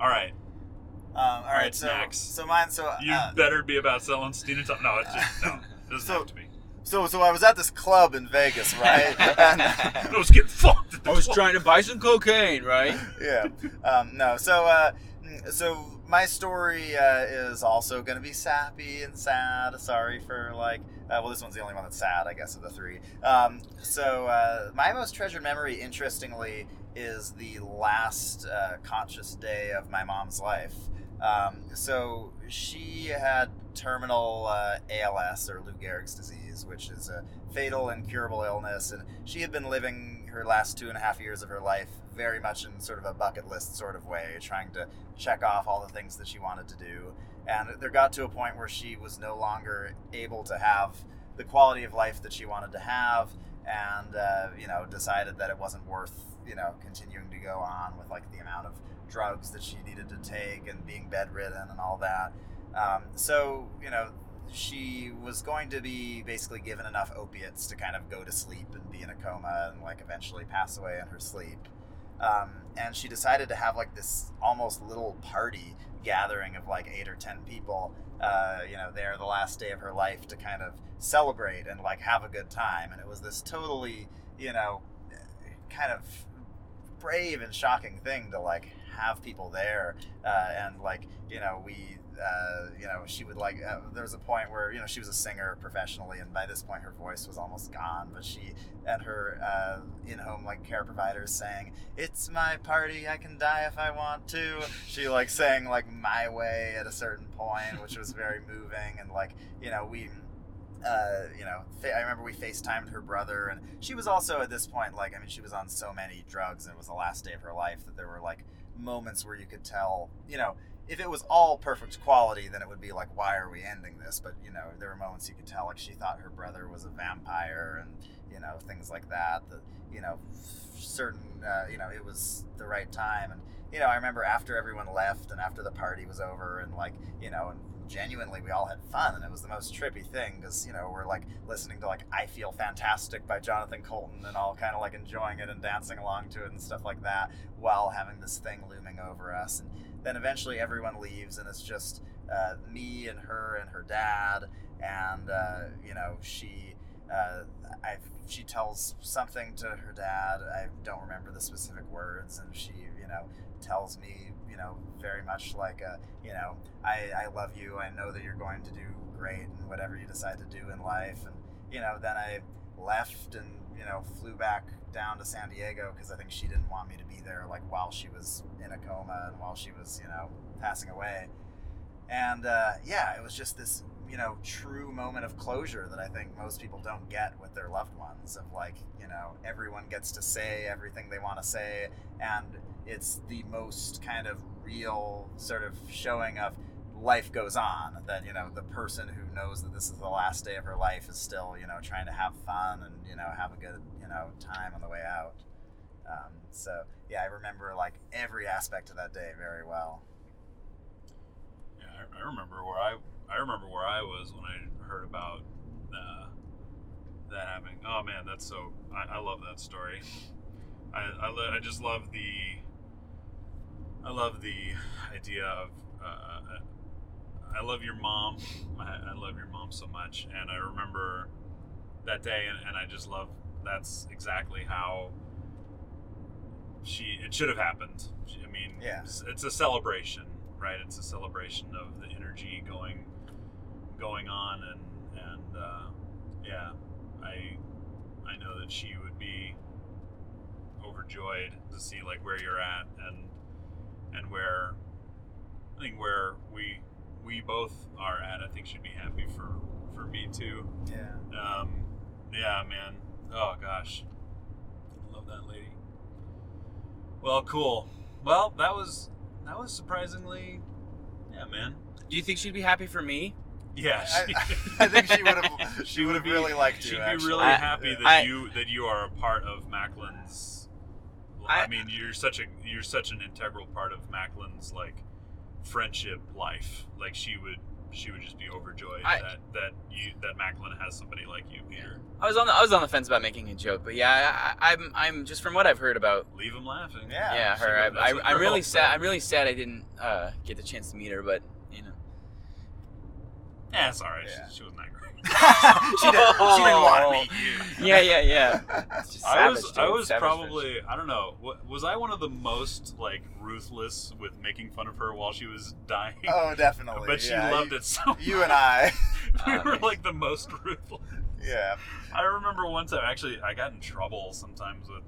B: all right
A: Um, all right,
B: right,
A: so
B: Max.
A: so mine. So uh,
B: you better be about selling steam top no it's just no it doesn't
A: So-
B: have to be
A: so so I was at this club in Vegas, right? And-
B: I was getting fucked at the
C: I was
B: club.
C: trying to buy some cocaine, right?
A: yeah. Um, no. So, uh, mm, so my story uh, is also going to be sappy and sad. Sorry for like. Uh, well, this one's the only one that's sad, I guess, of the three. Um, so, uh, my most treasured memory, interestingly, is the last uh, conscious day of my mom's life. Um, so she had terminal uh, ALS or Lou Gehrig's disease, which is a fatal incurable illness, and she had been living her last two and a half years of her life very much in sort of a bucket list sort of way, trying to check off all the things that she wanted to do. And there got to a point where she was no longer able to have the quality of life that she wanted to have, and uh, you know decided that it wasn't worth you know continuing to go on with like the amount of drugs that she needed to take and being bedridden and all that. Um, so you know she was going to be basically given enough opiates to kind of go to sleep and be in a coma and like eventually pass away in her sleep. Um, and she decided to have like this almost little party gathering of like eight or ten people, uh, you know, there the last day of her life to kind of celebrate and like have a good time. And it was this totally, you know, kind of brave and shocking thing to like have people there uh, and like you know we uh, you know she would like uh, there was a point where you know she was a singer professionally and by this point her voice was almost gone but she and her uh, in-home like care providers sang it's my party i can die if i want to she like sang like my way at a certain point which was very moving and like you know we uh, you know, fa- I remember we FaceTimed her brother, and she was also at this point, like, I mean, she was on so many drugs, and it was the last day of her life that there were, like, moments where you could tell, you know, if it was all perfect quality, then it would be like, why are we ending this? But, you know, there were moments you could tell, like, she thought her brother was a vampire, and, you know, things like that. That, you know, certain, uh, you know, it was the right time. And, you know, I remember after everyone left and after the party was over, and, like, you know, and genuinely we all had fun and it was the most trippy thing because you know we're like listening to like i feel fantastic by jonathan colton and all kind of like enjoying it and dancing along to it and stuff like that while having this thing looming over us and then eventually everyone leaves and it's just uh, me and her and her dad and uh, you know she uh, I, she tells something to her dad i don't remember the specific words and she you know tells me you know very much like a you know I, I love you. I know that you're going to do great and whatever you decide to do in life. And, you know, then I left and, you know, flew back down to San Diego because I think she didn't want me to be there, like, while she was in a coma and while she was, you know, passing away. And, uh, yeah, it was just this, you know, true moment of closure that I think most people don't get with their loved ones of, like, you know, everyone gets to say everything they want to say. And it's the most kind of real sort of showing of life goes on that you know the person who knows that this is the last day of her life is still you know trying to have fun and you know have a good you know time on the way out um, so yeah i remember like every aspect of that day very well
B: Yeah, I, I remember where I I remember where I was when I heard about uh, that happening. Oh man, that's so I, I love that story. I I, lo- I just love the I love the idea of uh, I love your mom. I, I love your mom so much, and I remember that day, and, and I just love that's exactly how she it should have happened. She, I mean,
A: Yeah.
B: it's, it's a celebration, right? It's a celebration of the energy going going on, and and uh, yeah, I I know that she would be overjoyed to see like where you're at and and where I think where we we both are at. I think she'd be happy for for me too.
A: Yeah.
B: Um, yeah, man. Oh gosh, love that lady. Well, cool. Well, that was that was surprisingly, yeah, man.
C: Do you think she'd be happy for me?
B: Yeah,
A: I,
B: she,
A: I think she would have. She,
B: she
A: would have
B: be-
A: really liked you.
B: She'd be
A: actually.
B: really
C: I-
B: happy that
C: I-
B: you that you are a part of Macklin's. I,
C: I-
B: mean, you're such a you're such an integral part of Macklin's like friendship life. Like she would she would just be overjoyed
C: I-
B: that that you that Macklin has somebody like you, Peter.
C: I was on the I was on the fence about making a joke, but yeah, I, I, I'm I'm just from what I've heard about
B: Leave him laughing.
A: Yeah.
C: yeah, her.
B: she-
C: I,
B: that's a
C: I, I'm really
B: girl,
C: sad.
B: so-
C: I'm really sad I didn't uh, get the chance to meet her, but you know.
B: Yeah, it's all right.
A: Yeah.
B: She, she wasn't that great.
A: she, didn't, she didn't want to meet you.
C: Yeah, yeah, yeah. It's just
B: I was,
C: savage, dude,
B: I was
C: savage
B: probably, I don't know, wa- was I one of the most like ruthless with making fun of her while she was dying?
A: Oh, definitely.
B: but she
A: yeah,
B: loved
A: you,
B: it so.
A: You and I.
B: much. we
C: Oh,
B: were
C: nice.
B: like the most ruthless.
A: Yeah.
B: I remember one time actually I got in trouble sometimes with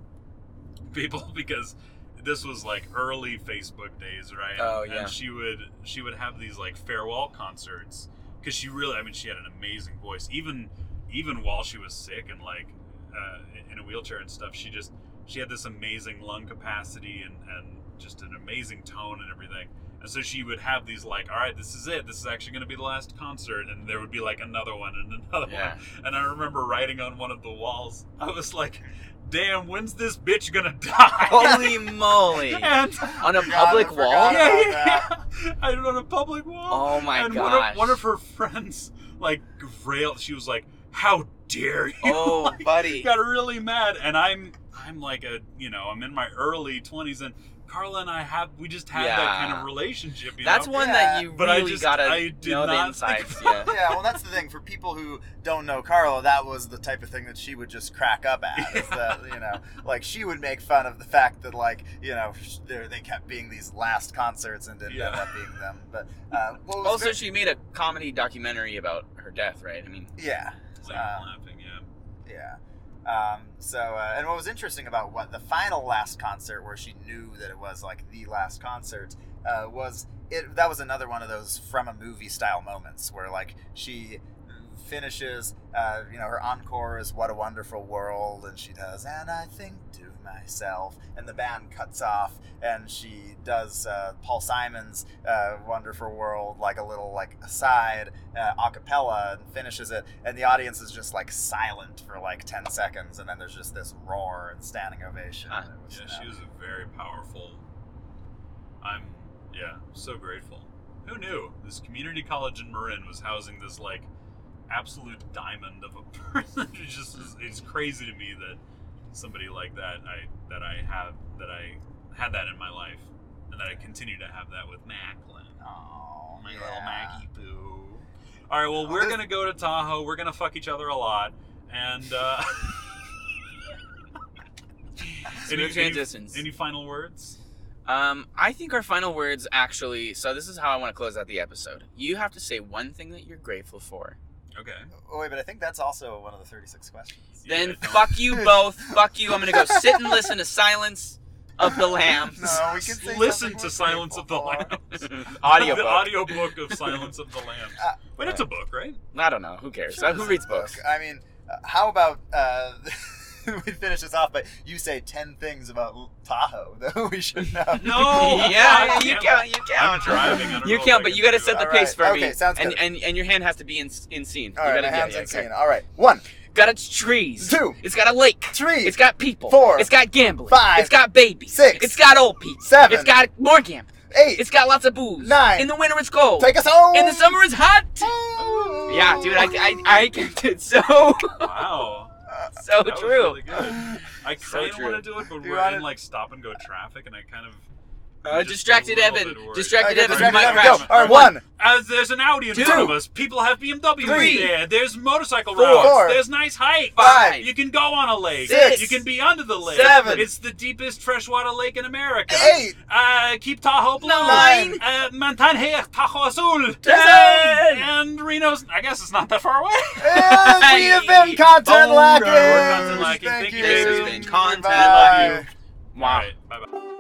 B: people because this was like early Facebook days, right?
C: Oh, yeah.
B: And she would she would have these like farewell concerts because she really I mean she had an amazing voice even even while she was sick and like uh, in a wheelchair and stuff she just she had this amazing lung capacity and and just an amazing tone and everything. And so she would have these like, all right, this is it. This is actually going to be the last concert, and there would be like another one and another one.
C: Yeah.
B: And I remember writing on one of the walls, I was like, damn, when's this bitch gonna die?
C: Holy moly!
B: and,
C: On a
A: God, I
C: public
A: forgot
C: wall?
A: about
B: yeah, yeah,
A: that.
B: yeah. I on a public wall.
C: Oh my
B: and One
C: gosh!
B: of, one of her friends, like, railed, she was like, how dare you?
C: Oh, buddy.
B: got really mad and i'm i'm like a you know i'm in my early 20s and carla and i have we just had that kind
C: Yeah.
B: of relationship you
C: That's
B: know?
C: one
A: Yeah,
C: that you
B: but I
C: really
B: just-
C: gotta
B: I did
C: know
B: not
C: the
B: think
C: insides. Yeah.
A: Yeah, well, that's the thing. For people who don't know Carla, that was the type of thing that she would just crack up at. Is that, you know, like she would make fun of the fact that, like, you know, sh- there they kept being these last concerts and didn't end
B: Yeah.
A: up being them. But uh, what was
C: Also,
A: great-
C: Oh, she made a comedy documentary about her death, right? I mean,
A: yeah,
B: It's like
A: uh,
B: laughing, yeah.
A: yeah. Um, so, uh, and what was interesting about what the final last concert, where she knew that it was like the last concert, uh, was it that was another one of those from a movie style moments where like she finishes, uh, you know, her encore is "What a Wonderful World," and she does, and I think to myself, and the band cuts off, and she does uh, Paul Simon's uh, "Wonderful World" like a little like aside uh, a cappella and finishes it, and the audience is just like silent for like ten seconds, and then there's just this roar and standing ovation.
C: Ah,
A: It was,
B: yeah
A: you know,
B: she was a very powerful i'm yeah so grateful who knew this community college in marin was housing this like absolute diamond of a person it's just it's crazy to me that somebody like that i that i have that i had that in my life and that i continue to have that with macklin
A: Aw,
B: my little
A: yeah.
B: Maggie Boo. All right, well, we're gonna go to Tahoe. We're gonna fuck each other a lot, and uh,
C: smooth transitions.
B: Any, final words?
C: Um, I think our final words actually. So this is how I want to close out the episode. You have to say one thing that you're grateful for.
B: Okay.
A: Oh, wait, but I think that's also one of the thirty-six questions.
B: Yeah,
C: then
B: don't-
C: fuck you both. fuck you. I'm gonna go sit and listen to Silence of the Lambs.
A: No, we can say something
B: Listen to
A: we're
B: Silence of the
A: grateful for.
B: Lambs.
C: Audio
B: the
C: book.
B: audiobook of Silence of the Lambs.
A: Uh,
B: Wait, it's a book, right?
C: I don't know. Who cares?
A: Sure,
C: Who
A: this
C: reads
A: is a book.
C: books?
A: I mean, uh, how about uh, we finish this off? But you say ten things about L- Tahoe that we should know.
B: No.
C: yeah, yeah, you count. You
B: I'm
C: count.
B: driving. I don't
C: You
B: know if I
C: count, but
B: can
C: you gotta
B: do
C: set
B: it.
C: the
A: All
C: pace
A: right.
C: for me.
A: Okay, sounds
C: and,
A: good.
C: and and your hand has to be in in scene.
A: All
C: you
A: right,
C: gotta
A: my
C: yeah,
A: hands
C: yeah,
A: in
C: okay.
A: scene. All right, one,
C: Got a trees.
A: Two.
C: It's got a lake.
A: Trees.
C: It's got people.
A: Four.
C: It's got gambling.
A: Five.
C: It's got babies.
A: Six.
C: It's got old people.
A: Seven.
C: It's got more gambling.
A: eight.
C: It's got lots of booze.
A: Nine.
C: In the winter, it's cold.
A: Take us home.
C: In the summer, it's hot.
A: Home.
C: Yeah, dude, I, I, I kept it so,
B: Wow.
C: so
B: That was
C: true.
B: really good. I
C: So
B: kind of
C: true.
B: want to do it, but
A: You
B: we're
A: wanna-
B: in like stop and go traffic, and I kind of
C: Uh,
B: just
C: distracted
B: a little
C: Evan.
B: bit worried.
C: Distracted
A: Okay,
C: Evan.
A: distracted
C: might
A: Evan,
C: crash.
A: go. All right, one.
B: As there's an Audi in
C: Two.
B: front of us. People have BMWs
C: Three.
B: there. There's motorcycle
C: Four.
B: routes.
A: Four.
B: There's nice hikes.
C: Five.
B: You can go on a lake.
A: Six.
B: You can be under the lake.
A: Seven.
B: It's the deepest freshwater lake in America.
A: Eight.
B: Uh, keep Tahoe blue.
A: Nine.
B: Uh, Montanhe, Tahoe Azul.
A: Ten.
B: And Reno's. I guess it's not that far away.
A: And we have been content
C: All right,
A: lacking.
C: we're
B: content Oh, lacking. Thank you,
C: This has been content
A: Goodbye.
C: lacking.
B: All right. Bye bye.